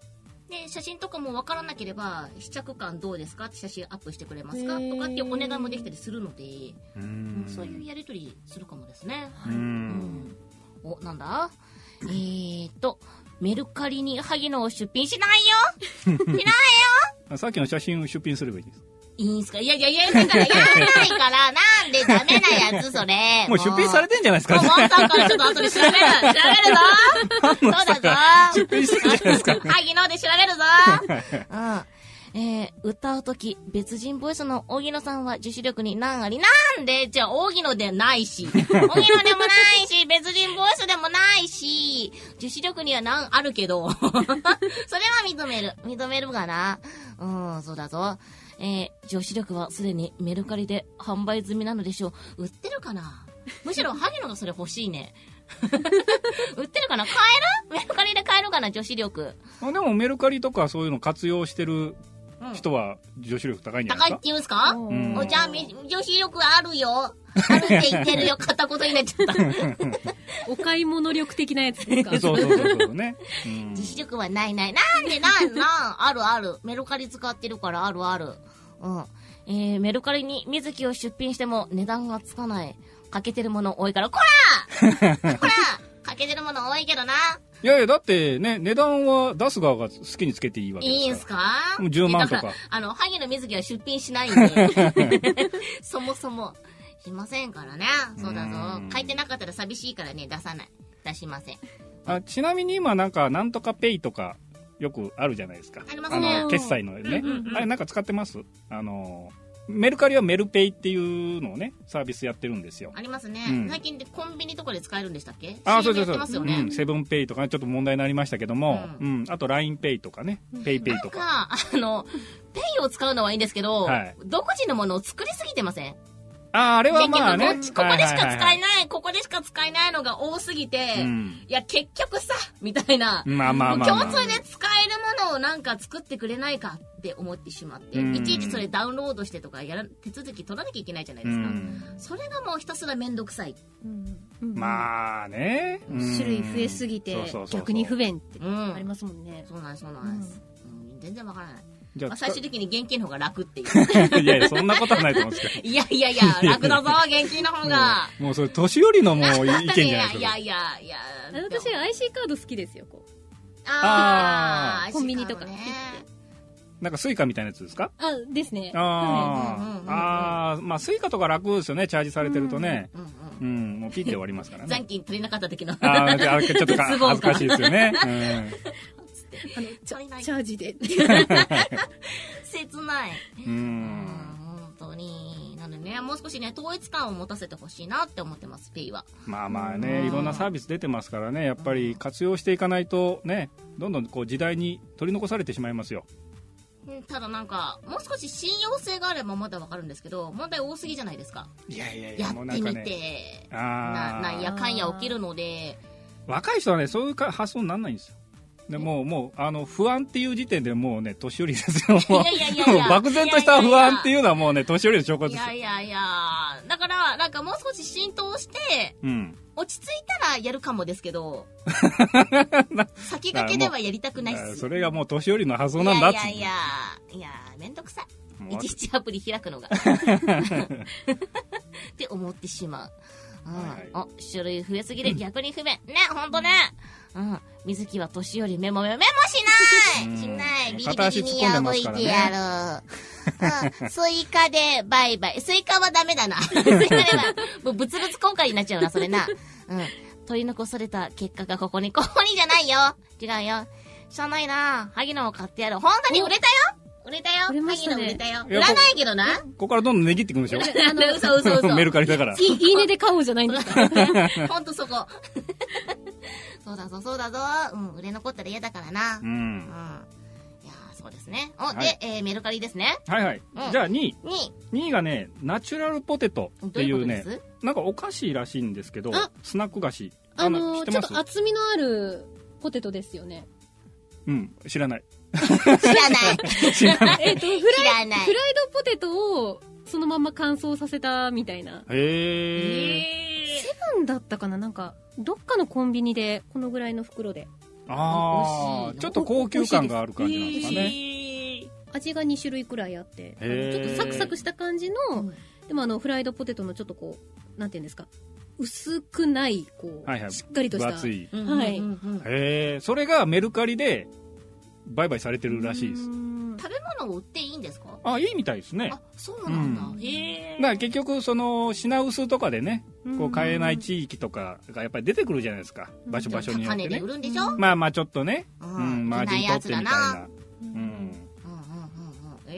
C: で写真とかも分からなければ試着感どうですかって写真アップしてくれますか
D: へー
C: とかっていうお願いもできたりするので、
B: うん
C: そういうやり取りするかもですね、
B: う
C: うんん、おなんだえーとメルカリに萩野を出品しないよ
B: さっきの写真を出品すればいいです
C: いいんすかいやいやいや、だからやらないから、なんでダメなやつ、それ。
B: もう出品され
C: て
B: てんじゃないです
C: る
B: か
C: もう、ワンさんからちょっと後で調べる。調べるぞそうだぞ
B: 出品してんじゃないですか
C: 萩野で調べるぞうん。えー、歌うとき、別人ボイスの荻野さんは自主力に何ありなんでじゃあ、荻野でない し。荻野でもないし、別人ボイスでもないし、自主力には何あるけど。 それは認める。認めるがな。うん、そうだぞ。えー、女子力はすでにメルカリで販売済みなのでしょう。売ってるかなむしろ、萩野がそれ欲しいね。 売ってるかな買えるメルカリで買えるかな女子力。
B: あでもメルカリとかそういうの活用してる
C: うん
B: 人は女子力高いんじゃな
C: 高
B: い
C: いっ
B: です
C: て言うんですか
D: お
B: うん
C: おじゃあ、み女子力あるよ。あるって言って るよ。片言になっちゃった。
D: お買い物力的なやつですか
B: かそうそうそうそうね、 うん
C: 女子力はないない。なんでなんなんあるある。メルカリ使ってるからあるある。うん。えー、メルカリに水木を出品しても値段がつかない。欠けてるもの多いから、こ らこら欠けてるもの多いけどな。
B: いやいやだってね値段は出す側が好きにつけていいわけ
C: いいん
B: ですすか
C: か
B: もう10万とか
C: だらあの、萩野水木は出品しないん で。そもそも。しませんからね。そうだぞ
B: う。ん
C: 書いてなかったら寂しいからね、出さない。出しません。
B: らあちなみに今なんかなんとかペイとかよくあるじゃないですか
C: ありますね
B: の決済のね、
C: うんうんうん
B: あれなんか使ってますあのメルカリはメルペイっていうのをねサービスやってるんですよ
C: ありますね。
B: うん
C: 最近でコンビニとかで使えるんでしたっけ
B: あ
C: CM
B: そうそう
C: や
B: そ
C: って
B: う
C: ますよね。
B: うんセブンペイとかねちょっと問題になりましたけども、
C: う
B: うんあと l i n e ペイとかねペイペイ
C: なん
B: とか
C: か、あ の、ペイを使うのはいいんですけど、
B: はい
C: 独自のものを作りすぎてません
B: あーあれはまあね
C: 結局ここでしか使えな,、
B: はい
C: ここでしか使えないのが多すぎて、
B: いはいはいうん
C: いや、結局さ、みたいな。
B: まあまあまあ、まあ、
C: 共通で使えるものをなんか作ってくれないかって思ってしまって、
B: うん
C: いちいちそれダウンロードしてとかやら手続き取らなきゃいけないじゃないですか、それがもうひたすら面倒くさい、
D: うん
B: まあね、うん
D: 種類増えすぎて
B: そうそうそうそう
D: 逆に不便って
C: うん
D: ありますもんね。
C: そうなんですそうなんです、うん全然わからない、
B: じゃ
C: ま
B: あ
C: あ、最終
B: 使
C: 的に現金の方が楽っていう
B: いやいやそんなことはないと思うんですけ
C: いやいや いや楽だぞ現金の方
B: ど
C: が
B: もうもうそれ年寄りのもう意見じゃないです か
C: いやいやいや
D: あ
C: いや
D: 私 IC カード好きですよ。こう
C: あ
B: あ
C: ー
D: ーコンビニとか
C: ね
B: なんかスイカみたいなやつですか
D: あですね。は
B: あ
C: うんうんうんう
B: ー
C: ん
B: あーまあスイカとか楽ですよねチャージされてるとね
C: うん
B: うん、もうピッて終わりますから
C: うん
B: ね
C: 残金足りなかった時の
B: あーあれちょっとか
C: ズボン
B: 恥ずかしいですよね、
D: いあの
C: ちょいない
D: チャージで。
C: 切ない
B: うんう
C: うん
B: ん
C: 本当になのでねもう少しね統一感を持たせてほしいなって思ってますペイは
B: まあまあ
C: うん
B: ねいろんなサービス出てますからねやっぱり活用していかないとねどんどんこう時代に取り残されてしまいますよ
C: うんただなんか、もう少し信用性があればまだわかるんですけど、問題多すぎじゃないですか。
B: いやいやい
C: や
B: や、もう
C: っ
B: なん
C: て
B: か
C: み
B: ね。
C: て、な、
B: あ
C: な
B: あ
C: んやかんや起きるので、
B: 若い人はね、そういうか発想にならないんですよ。でもう、もう、あの、不安っていう時点でもうね、年寄りですよ。もう
C: いやいやいやいや
B: 漠然とした不安っていうのはもうね、年寄りの証拠
C: い
B: ですよ
C: や。いやいや、だから、なんかもう少し浸透して、
B: うん。
C: 落ち着いたらやるかもですけ ど、先駆けではやりたくないっ
B: だから
C: す。
B: それがもう年寄りの発想なんだっ
C: い
B: て。
C: やいやいや、いや、めんどくさ
B: も
C: い。いうちいちアプリ開く のが。って思ってしまう。うん
B: はいはい
C: あ、種類増えすぎで逆に不便。ね、ほんとね。うん。水木は年寄りメモメモメモし
B: う
C: なんいしない
B: 片
C: ビリ
B: 足
C: ビ
B: 突
C: リ
B: っ
C: に
B: 込んでま
C: 破
B: す
C: い
B: から
C: てやる。
B: ね
C: うん、 スイカでバイバイ。スイカはダメだな。スイカでバイバイもうブツブツ今回になっちゃうな、それな。うん。取り残された結果がここに。ここにじゃないよ違うよ。しゃあないな萩野を買ってやる。ほんとに売れたよ売れたよ
D: 売れまし
C: 萩野売
D: たね
C: れたよ。
B: い
C: 売
B: や
C: らないけど な。
B: ここからどんどん値切っていくんでしょ
D: あの
C: 嘘嘘嘘。
B: メルカリだから。
D: いいいねで買おうじゃないんで すか
C: ほんとそこ。 そうだぞ、そうだぞ。うん、売れ残ったら嫌だからな。う。
B: うん
C: い
B: ん。
C: やーそうですね。お、
B: はい
C: で、えーメルカリですね。
B: はいはい
C: うん。
B: じゃあ2位。
C: に、
B: 2位がね、ナチュラルポテト
C: ど
B: って
C: うい
B: いう
C: こ
B: う
C: とで
B: ね
C: す、
B: なんかお菓子らしいんですけど
C: あ、
B: スナック菓子。
D: あの
B: 知って
D: ち
B: ま
D: ょっ
B: す
D: と厚みのあるポテトですよね
B: うん、知らない。
C: 知らない。
B: 知らない。
D: えっとフライ
C: 知らない
D: フ。ライドポテトをそのまま乾燥させたみたいな
B: へえ。
D: セブンだったかななんかどっかのコンビニでこのぐらいの袋で
B: ああ、ちょっと高級感がある感じなんですかね。
D: 味が2種類くらいあってあ
B: へ
D: の
B: ー
D: ちょっとサクサクした感じの、
C: うん
D: でもあのフライドポテトのちょっとこうなんていうんですか薄くないこう、
B: はいはい
D: しっかりと
B: 分
D: した
B: 厚い。
D: はい
C: うんうんうん
B: へえ、それがメルカリで売買されてるらしいです
D: う。ん
C: 食べ物を売っていいんですか
B: あ、いいみたいですね。だ
C: あ、そうなんだ
B: う。
C: へ
B: から結局、その品薄とかでね、こう買えない地域とかがやっぱり出てくるじゃないですか。場所場所によっ
C: 高値
B: て
C: で
B: ね
C: 売。るんでしょ
B: まあまあちょっとね、
C: う
B: うん、マージン取ってみたいな。うん。
C: うんうんうんうん。
B: まあまあ、
C: え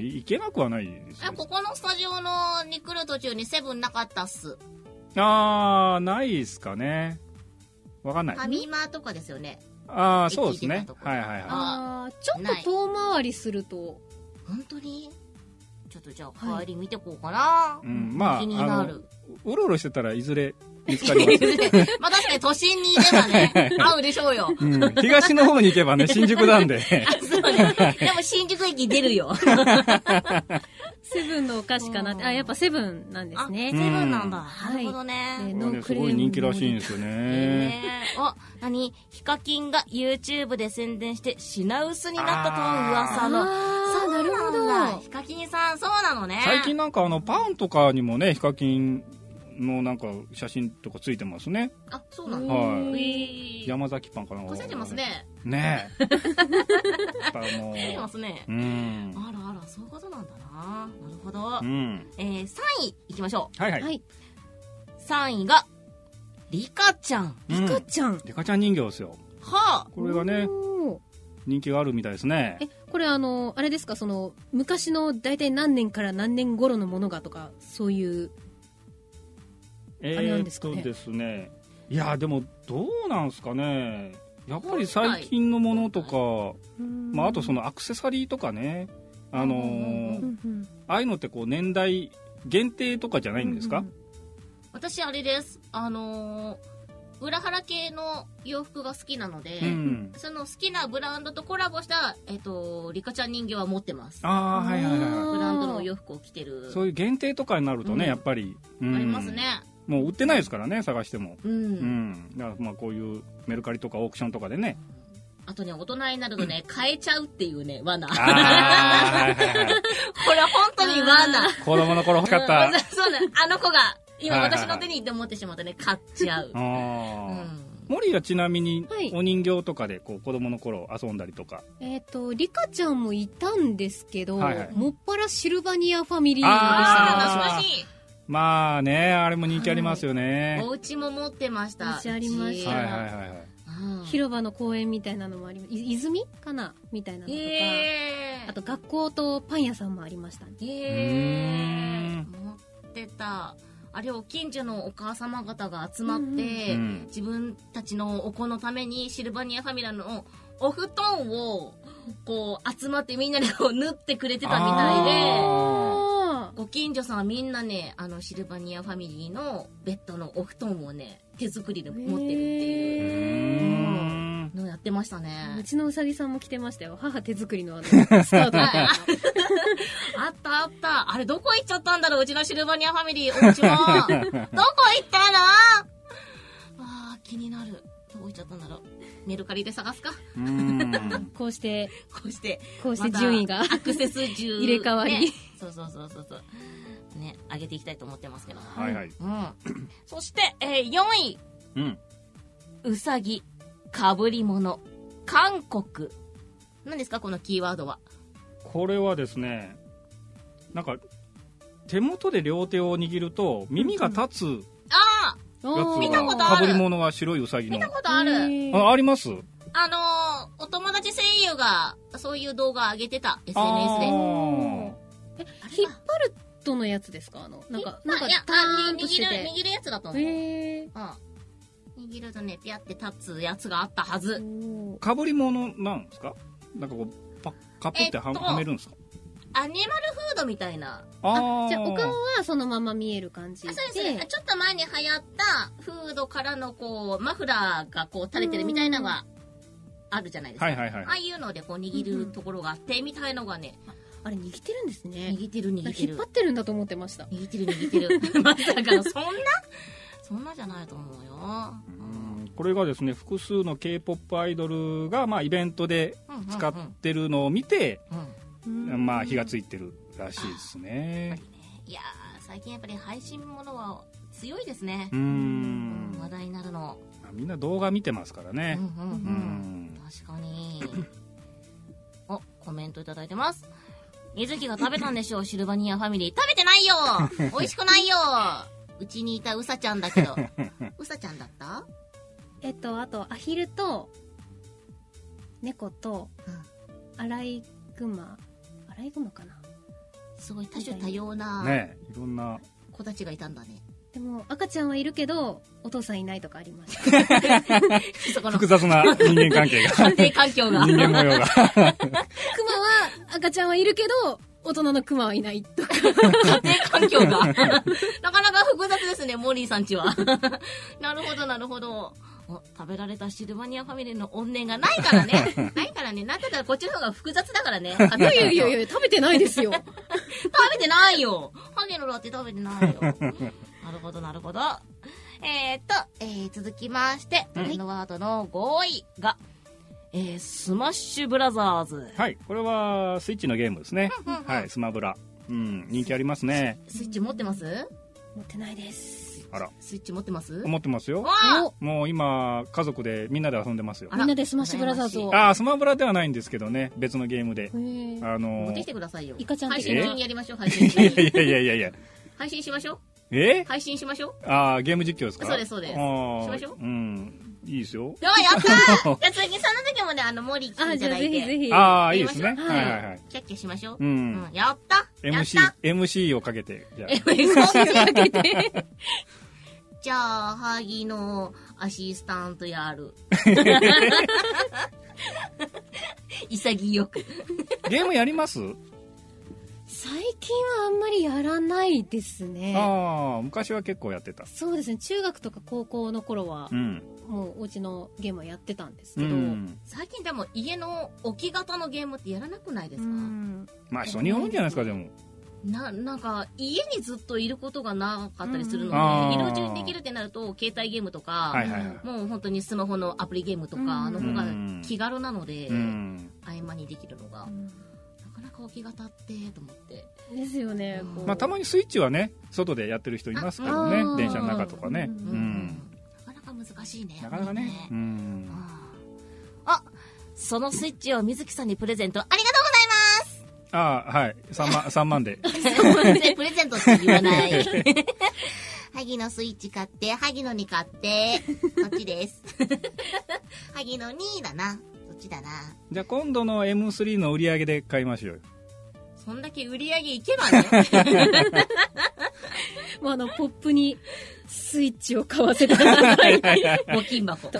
C: ー
B: いいけなくはないです
C: あ
B: よ
C: ここのスタジオのに来る途中にセブンなかったっす。
B: あー、ないですかね。わかんない
C: フ。ァミマとかですよね。
B: あー、そうです
C: 駅
B: ね
C: 出たと。こ
B: はいはいは
D: あーちょっと遠回りすると
C: 本当にちょっとじゃあ
D: はい
C: 帰り見てこうかな。
B: い。うん、まあ、あ
C: 気にな
B: の
C: る。、
B: うろうろしてたらいずれ 見つかりま す。
C: まあ確かに都心にいればね、会うでしょうよ。
B: うん、東の方に行け ばね、新宿なんで。
C: あそうね。でも新宿駅出るよ。
D: セブンのお菓子かなって
C: うん
D: あやっぱセブンなんで
C: あ
D: す、
C: セ
D: ね
C: ブンなんだ。
D: はい
C: なるほどね。
D: ノー
B: ね、
D: ク
B: す
D: レーム
B: ごい人気らしいんですよね。
C: ねえお、なに、ヒカキンが YouTube で宣伝して品薄になったとの
D: あ
C: 噂の。
D: ー
C: そう
D: なるほ
C: なんだ
D: ど
C: ヒカキンさん、そうなのね。
B: 最近なんかあの、パンとかにもね、ヒカキンのなんか写真とかついてますね。
C: あ、そうなんだ。
B: は
C: う
B: い。
C: い
B: 山崎パンかなんか。
C: 稼いでます。ね。
B: ねえ。やっぱも
C: 稼いでま
B: う。
C: すね
B: う。ん。
C: あらあら、そういうことなんだな。なるほど
B: う。ん。
C: えー、3位いきましょ
B: はいはい。
D: は
B: はいい、
C: う。3位が、リカちゃん。
B: うん
D: リカちゃん
B: リカちゃん人形ですよ。
C: はあ。
B: これがね、
D: おー
B: 人気があるみたいですね
D: え。これあのあれですかその昔の大体何年から何年頃のものがとかそういう
B: え
D: あれなんですかね
B: ーっとですね。いや、でも、どうなんすかね。やっぱり最近のものとか、まあ、あとそ
D: の
B: のアクセサリーとかね、あのー
C: うんうんうん
B: ああいうのってこう年代限定とかじゃないんですか、
C: 私、あれです。あのー、裏腹系の洋服が好きなので、
B: うん
C: その好きなブランドとコラボした、えっ、と、リカちゃん人形は持ってます。
B: ああはいはいは
D: あー
C: ブランドのお洋服を着てる。
B: いそういう限定とかになるとね、
C: うん
B: やっぱり、うん
C: ありますね。
B: もう売ってないですからね探しても
C: うん。
B: うん、だからまあこういうメルカリとかオークションとか でね
C: あとね、大人になるとね、変えちゃうっていうね、罠。これ
B: ああはいはいは
C: 本
B: い
C: 当に罠。
B: 子供の頃欲しかった
C: うん そうだ、あの子が、今
B: はいはいはい
C: 私の手にって思ってしまってね、買っちゃう。
B: あ
C: う
B: ー
C: ん。
B: モリーはちなみに
D: はい
B: お人形とかでこう子供の頃遊んだりとか、
D: えっ、とリカちゃんもいたんですけど、
B: はいはい
D: もっぱらシルバニアファミリーでしたね
B: あー
C: ああ、懐かしい。
B: まあねあれも人気ありますよね、
C: お家も持ってました。
D: お家ありました
B: はい
D: ー
B: はいはいはい
C: うん
D: 広場の公園みたいなのもありますい泉かなみたいなのとか、
C: へー
D: あと学校とパン屋さんもありましたね
C: へー
B: うーん
C: 持ってた。あれを近所のお母様方が集まって、
B: うんうん
C: 自分たちのお子のためにシルバニアファミラのお布団をこう集まってみんなでこう縫ってくれてたみたいで
B: あ
D: あ
C: ご近所さんはみんなねあのシルバニアファミリーのベッドのお布団をね手作りで持ってるって
B: ー
C: いう
D: へ
B: ーん
C: のをやってました
D: ーう
C: ね
D: ちのうさぎさんも着てましたよ母手作りのあのスカー トみたいな
C: あったあったあれどこ行っちゃったんだろううちのシルバニアファミリーおう ちはどこ行ったのあー気になるどこ行っちゃったんだろうメルカリで探すか
B: うーん
D: こうして
C: こうして
D: こうして順位が、
C: またアクセス順
D: 入れ替わり
C: ねそうそうそうそうそうね上げていきたいと思ってますけど
B: はいはい。
C: うんそして、えー4位
B: うん。
C: うさぎかぶり物韓国何ですかこのキーワードは
B: これはですね、なんか、手元で両手を握ると耳が立つ
C: ああ
B: やつ
D: おー
C: 見たことあ
B: が、
C: る
B: 被り物は白いウサギ
C: 見
B: の
C: た。ことある、
D: へー
B: あ、あります
C: あのーお友達声優が、そういう動画上げてた、SNS
B: あ
C: で。
B: ー
C: 引っ
D: 引っ張るとのやつですかあのなんかなんか
C: いや、
D: ター
C: あ
D: ン
C: に
D: として
C: 握る、
D: て
C: 握るやつだと思う。
D: へえ
C: うん。握るとね、ピャって立つやつがあったはず。
B: かぶり物なんですかなんかこう、パッ、カプっては,、
C: えっと
B: はめるんですか
C: アニマルフードみたいな。
B: あ
D: あ
B: ー
D: じゃあお顔はそのまま見える感じ
C: あ
D: で
C: そうですね。ちょっと前に流行った、フードからのこう、マフラーがこう垂れてるみたいなのがあるじゃないですか。
B: はいはいはい
C: ああ。いうのでこう握るところがあって、みたいのがね、
D: あれ握ってるんですね
C: 握ってる握って
D: 引っ
C: る
D: 張。ってるんだと思ってました
C: 握ってる握って る。まさかの、そんなそんなじゃないと思うよ。
B: うーんこれがですね、複数の K-POP アイドルが、まあ、イベントで
C: うんうんうん
B: 使ってるのを見て、
C: うん
B: まあ、火がついてるらしいです
C: やっ
B: ね
C: ぱ。りねいやー最近やっぱり配信ものは強いですね
B: うー、ん。
C: 話題になるの、
B: まあみんな動画見てますから
C: うんう
B: ね
C: ん。
B: う
C: うん
B: ん。
C: 確かに おコメントいただいてます水木が食べたんでしょうシルバニアファミリー食べて ないよ美味しくないようちにいたウサちゃんだけ どウサちゃんだった
D: えっとあとアヒルと猫とアライグマアライグマかな
C: すごい多種多様な
B: ねいろんな。
C: 子たちがいたんだね
D: でも赤ちゃんはいるけどお父さんいないとかありま した
C: そこの
B: 複雑な人間関係が。
C: 安 定環境が
B: 人間模様が。
D: クマは赤ちゃんはいるけど大人のクマはいないとか
C: 家庭環境が。 なかなか複雑ですね、モーリーさんちは。 なるほど、なるほど。お食べられたシルバニアファミリーの怨念がないからね。ないからね。なんだったらこっちの方が複雑だからね。家
D: い
C: 庭環
D: や
C: 境
D: いやいや いや食べてないですよ
C: 食べてないよ。ハゲのだって食べてないよ。なるほど、なるほど。えー、っと、えー、続きまして、トレンドワードの5位が、えー、スマッシュブラザーズ。
B: はい。これは、スイッチのゲームですね。
C: うんうんうん
B: はい。スマブラ。うん。人気ありますね。
C: スイッチ持ってます
D: 持ってないです
B: あら。
C: スイッチ持ってます
B: 思ってますよ。
C: わあ
B: もう今、家族でみんなで遊んでますよ
C: あ。ら
D: みんなでスマッシュブラザーズを
B: ああ、スマブラではないんですけどね。別のゲームで。
D: へー
B: あ
C: 持
B: の
C: って
B: ー
C: きてくださいよ。
D: イカちゃん
C: 配
D: 的
C: 信
D: な
C: 中にやりましょう、配信中
B: い
C: に。
B: やいやいやいやいや。
C: 配信しましょう
B: え
C: 配信しましょう
B: ああ、ゲーム実況ですか
C: そうですそうです
B: あー
C: しましょう
B: うん。いいですよ。
C: やばいやったーじゃあ次、その時もね、あの、モリー来て
D: あ
C: い
D: じ
C: た
D: ゃ
C: だ
D: あ
C: いて。
D: ぜひぜひ
B: ああ、いいですね。
C: やりま
B: は
C: しょう
B: いはいはい。
C: キャッキャしましょう。
B: う
C: うんん。。やったやった
B: MC、MC をかけて、じゃあ。
C: MC かけて。じゃあ、萩のアシスタントやる。 潔く。
B: ゲームやります
D: 最近はあんまりやらないですね
B: ああ、昔は結構やってた。
D: そうですね中学とか高校の頃は
B: うん。
D: もうお家のゲームはやってたんです
B: う
D: けど、
B: ん。
C: 最近でも家の置き型のゲームってやらなくないで
D: う
C: すか、
D: ん
B: まあ人によるんじゃないですか、でも。
C: ななんか家にずっといることがなかったりするので、
B: うんあー
C: 移動中にできるってなると携帯ゲームとか、
B: はいはいはい。
C: もう本当にスマホのアプリゲームとか
D: うん
C: の方が気軽なので、
B: うん。
C: 合間にできるのが、なかなか置き型ってと思って
D: ですよね
C: うん
D: こう
B: まあたまにスイッチはね、外でやってる人いますけど
D: あ
B: ね、
D: ー
B: 電車の中とかね。
D: う
B: うんん。
C: なかなか難しいね
B: なかなかね。う
C: うん
B: ん。
C: あそのスイッチを水木さんにプレゼントあり
B: ああ、はい。3万、三 万で。
C: がとうございますプレゼントって言わない 萩のスイッチ買って萩野に買ってそっちです萩野にだなそっちだな
B: じゃあ今度の M3 の売り上げで買いましょうよ。
C: そんだけ売り上げいけばね。
D: まあ、あの、ポップにスイッチを買わせ てください。
C: 募金 箱。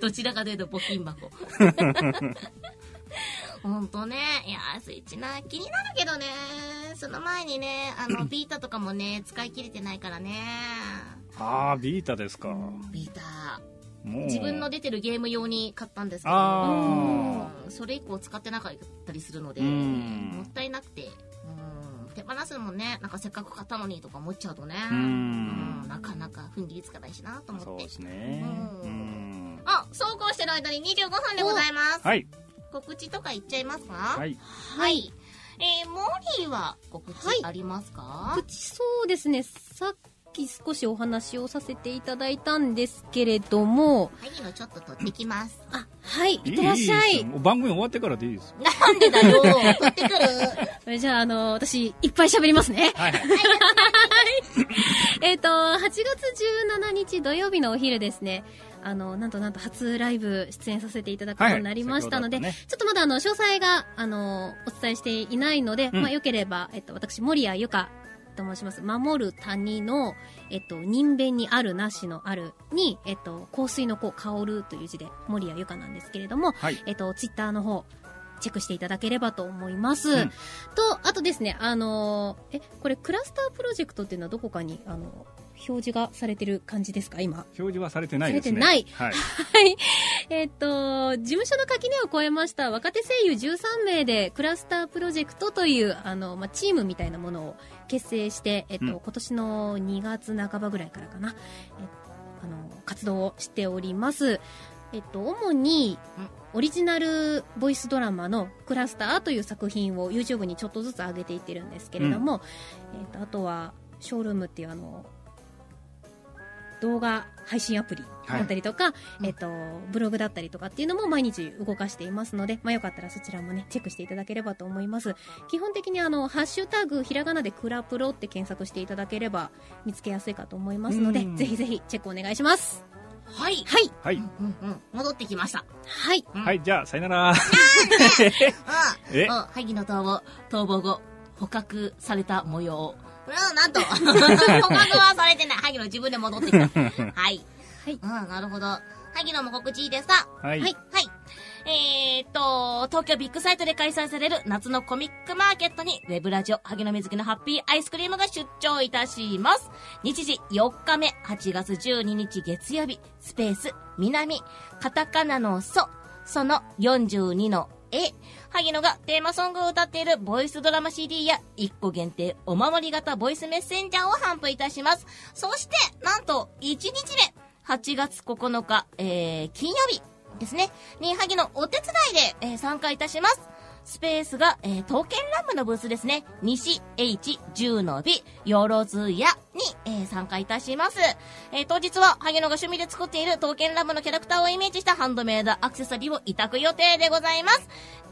C: どちらかというと募金箱。ほんとね。いやー、スイッチな、気になるけどね。その前にね、あ の、ビータとかもね、使い切れてないからね。
B: ああ、ビータですか。も
C: ビータ。
B: う。
C: 自分の出てるゲーム用に買ったんですけど、
B: ああ。
C: うんそれ以降使ってなかったりするので、
B: うん
C: もったいなくて。うん手放すのもね、なんかせっかく買ったのにとか思っちゃうとね、
B: うん
C: うんなかなか踏ん切りつかないしなと思
B: そう
C: って
B: で。すね。
C: う
B: うんん。
C: あ、そうこうしてる間に25分でございます。
B: はい。
C: 告知とか言っちゃいますか
B: は
C: はい。
B: い。
C: えー、モリーは告知
D: はい
C: ありますか、
D: 告知そうですねさっき少しお話をさせていただいたんですけれども
C: 萩野ちょっと取ってきます。
D: あはいい
B: い
D: ってらっしゃい
B: ですよもう番組終わってからでいいですよ。
C: なんでだよ取ってくる
D: それじゃああの私いっぱい喋りますね
B: はいはい。
D: えっと8月17日土曜日のお昼ですねあのなんとなんと初ライブ出演させていただくことになりましたので、
B: はい
D: ちょっとまだあの詳細があのお伝えしていないので、
B: うん
D: まあよければ、えっと、私守谷由香と申します守る谷の、えっと、人弁にあるなしのあるに、えっと、香水の子香るという字で守谷由香なんですけれども、
B: はい
D: えっと、ツイッターの方チェックしていただければと思います、
B: うん
D: とあとですねあのえこれクラスタープロジェクトっていうのはどこかにあの表示がされてる感じですか今
B: 表示はされてないですね。
D: されて
B: はい。
D: はい。 えっと、事務所の垣根を越えました若手声優13名でクラスタープロジェクトという、あの、まあ、チームみたいなものを結成して、えっと、
B: うん
D: 今年の2月半ばぐらいからかな、えあの、活動をしております。えっと、主に
C: うん、
D: オリジナルボイスドラマのクラスターという作品を YouTube にちょっとずつ上げていってるんですけれども、えっと、あとは、ショールームっていうあの、動画配信アプリだったりとか、
C: い
D: えっと、ブログだったりとかっていうのも毎日動かしていますので、まあ、よかったらそちらもね、チェックしていただければと思います。基本的にあの、ハッシュタグ、ひらがなでクラプロって検索していただければ見つけやすいかと思いますので
B: う、ん
D: ぜひぜひチェックお願いします。
C: はい。
D: はい。
B: はい。
C: うんうん。戻ってきました。
D: はい。
B: はい、じゃあ、さよなら。
C: う
B: え
C: ん。うん。萩野逃亡、逃亡後、捕獲された模様。うん、なん と。捕獲はされてない。萩野自分で戻 ってきた。はい。
D: はい
C: うん、なるほど。萩野も告知いいですか
B: はい。
D: はい
C: はい。えーっと、東京ビッグサイトで開催される夏のコミックマーケットに、ウェブラジオ、萩野瑞希のハッピーアイスクリームが出張いたします。日時4日目、8月12日月曜日、スペース、南、カタカナのソ、その42の A、萩野がテーマソングを歌っているボイスドラマ CD や1個限定お守り型ボイスメッセンジャーを販布いたします。そして、なんと1日目、8月9日、えー、金曜日ですね、に萩野お手伝いで、えー参加いたします。スペースが、えー、刀剣乱舞のブースですね。西 H10 の B、よろずやに、えー参加いたします。えー当日は、萩野が趣味で作っている刀剣乱舞のキャラクターをイメージしたハンドメイドアクセサリーを委託予定でございます。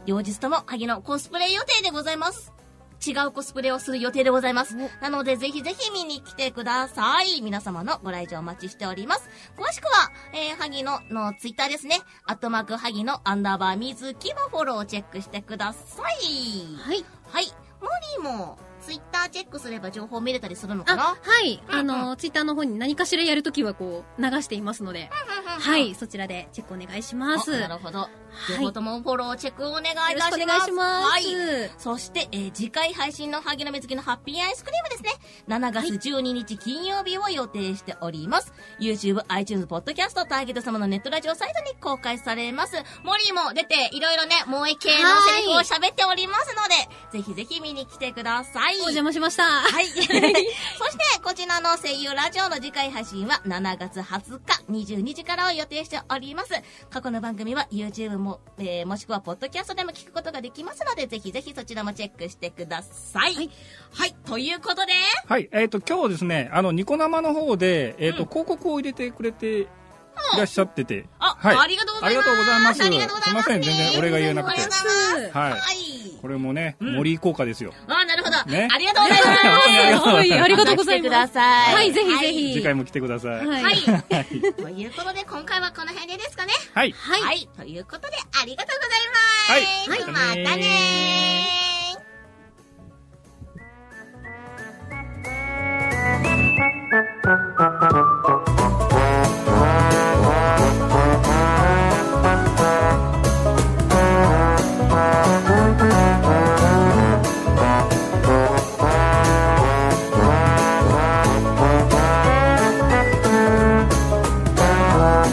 C: 両日とも、萩野コスプレ予定でございます。違うコスプレをする予定でございます。なので、ぜひぜひ見に来てください。皆様のご来場お待ちしております。詳しくは、えー、萩野のツイッターですね。アットマーク萩野アンダーバーみずきのフォローをチェックしてください。
D: はい。
C: はい。モリーも、ツイッターチェックすれば情報見れたりするのか
D: あ
C: な、
D: はい。
C: うん
D: あの、ツイッターの方に何かしらやるときはこう、流していますので、はい。そちらでチェックお願いしま
C: あ
D: す。
C: なる
D: よ
C: ほど。
D: い
C: 両方ともフォローチェックお願いいたしま
D: ろ
C: す。
D: しくお願いしま
C: はい。
D: す。
C: そして、えー次回配信の萩野目月のハッピーアイスクリームですね。7月12日金曜日を予定しております。YouTube、iTunes、Podcast、ターゲット様のネットラジオサイトに公開されます。モリーも出て、いろいろね、萌え系のセリフを喋っておりますので、ぜひぜひ見に来てください。
D: お邪魔しました。
C: はい。 そして、こちらの声優ラジオの次回配信は7月20日22時からを予定しております。過去の番組は YouTube も、えーもしくはポッドキャストでも聞くことができますので、ぜひぜひそちらもチェックしてください。は
D: はいい。
C: ということで、
B: はい、えっ、と、今日ですね、あの、ニコ生の方で、えっ、
C: う
B: と、
C: ん
B: 広告を入れてくれていらっしゃってて。
C: あ、
B: はい
C: ありがとうご
B: あ
C: ざい
B: り
C: ま
B: が
C: す。
B: とうございます。
C: ありがとうございます
B: すいません、全然俺が言えなくて
C: あり。がとうございます。
B: はい。
C: はい。
B: これもね、うん森井効果ですよ。
C: あ、なるほど。
B: ね
C: ありがとうございます。
D: はいありがとうござい
C: また来
D: ます
C: てください。
D: はいぜひぜひ
B: 次回も来てください。
D: はい
C: はい。
B: はい。
C: ということで、今回はこの辺でですかね。
B: はい。
C: はい、ということで、ありがとうございます。
B: はい
C: またねー。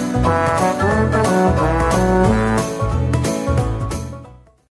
E: 「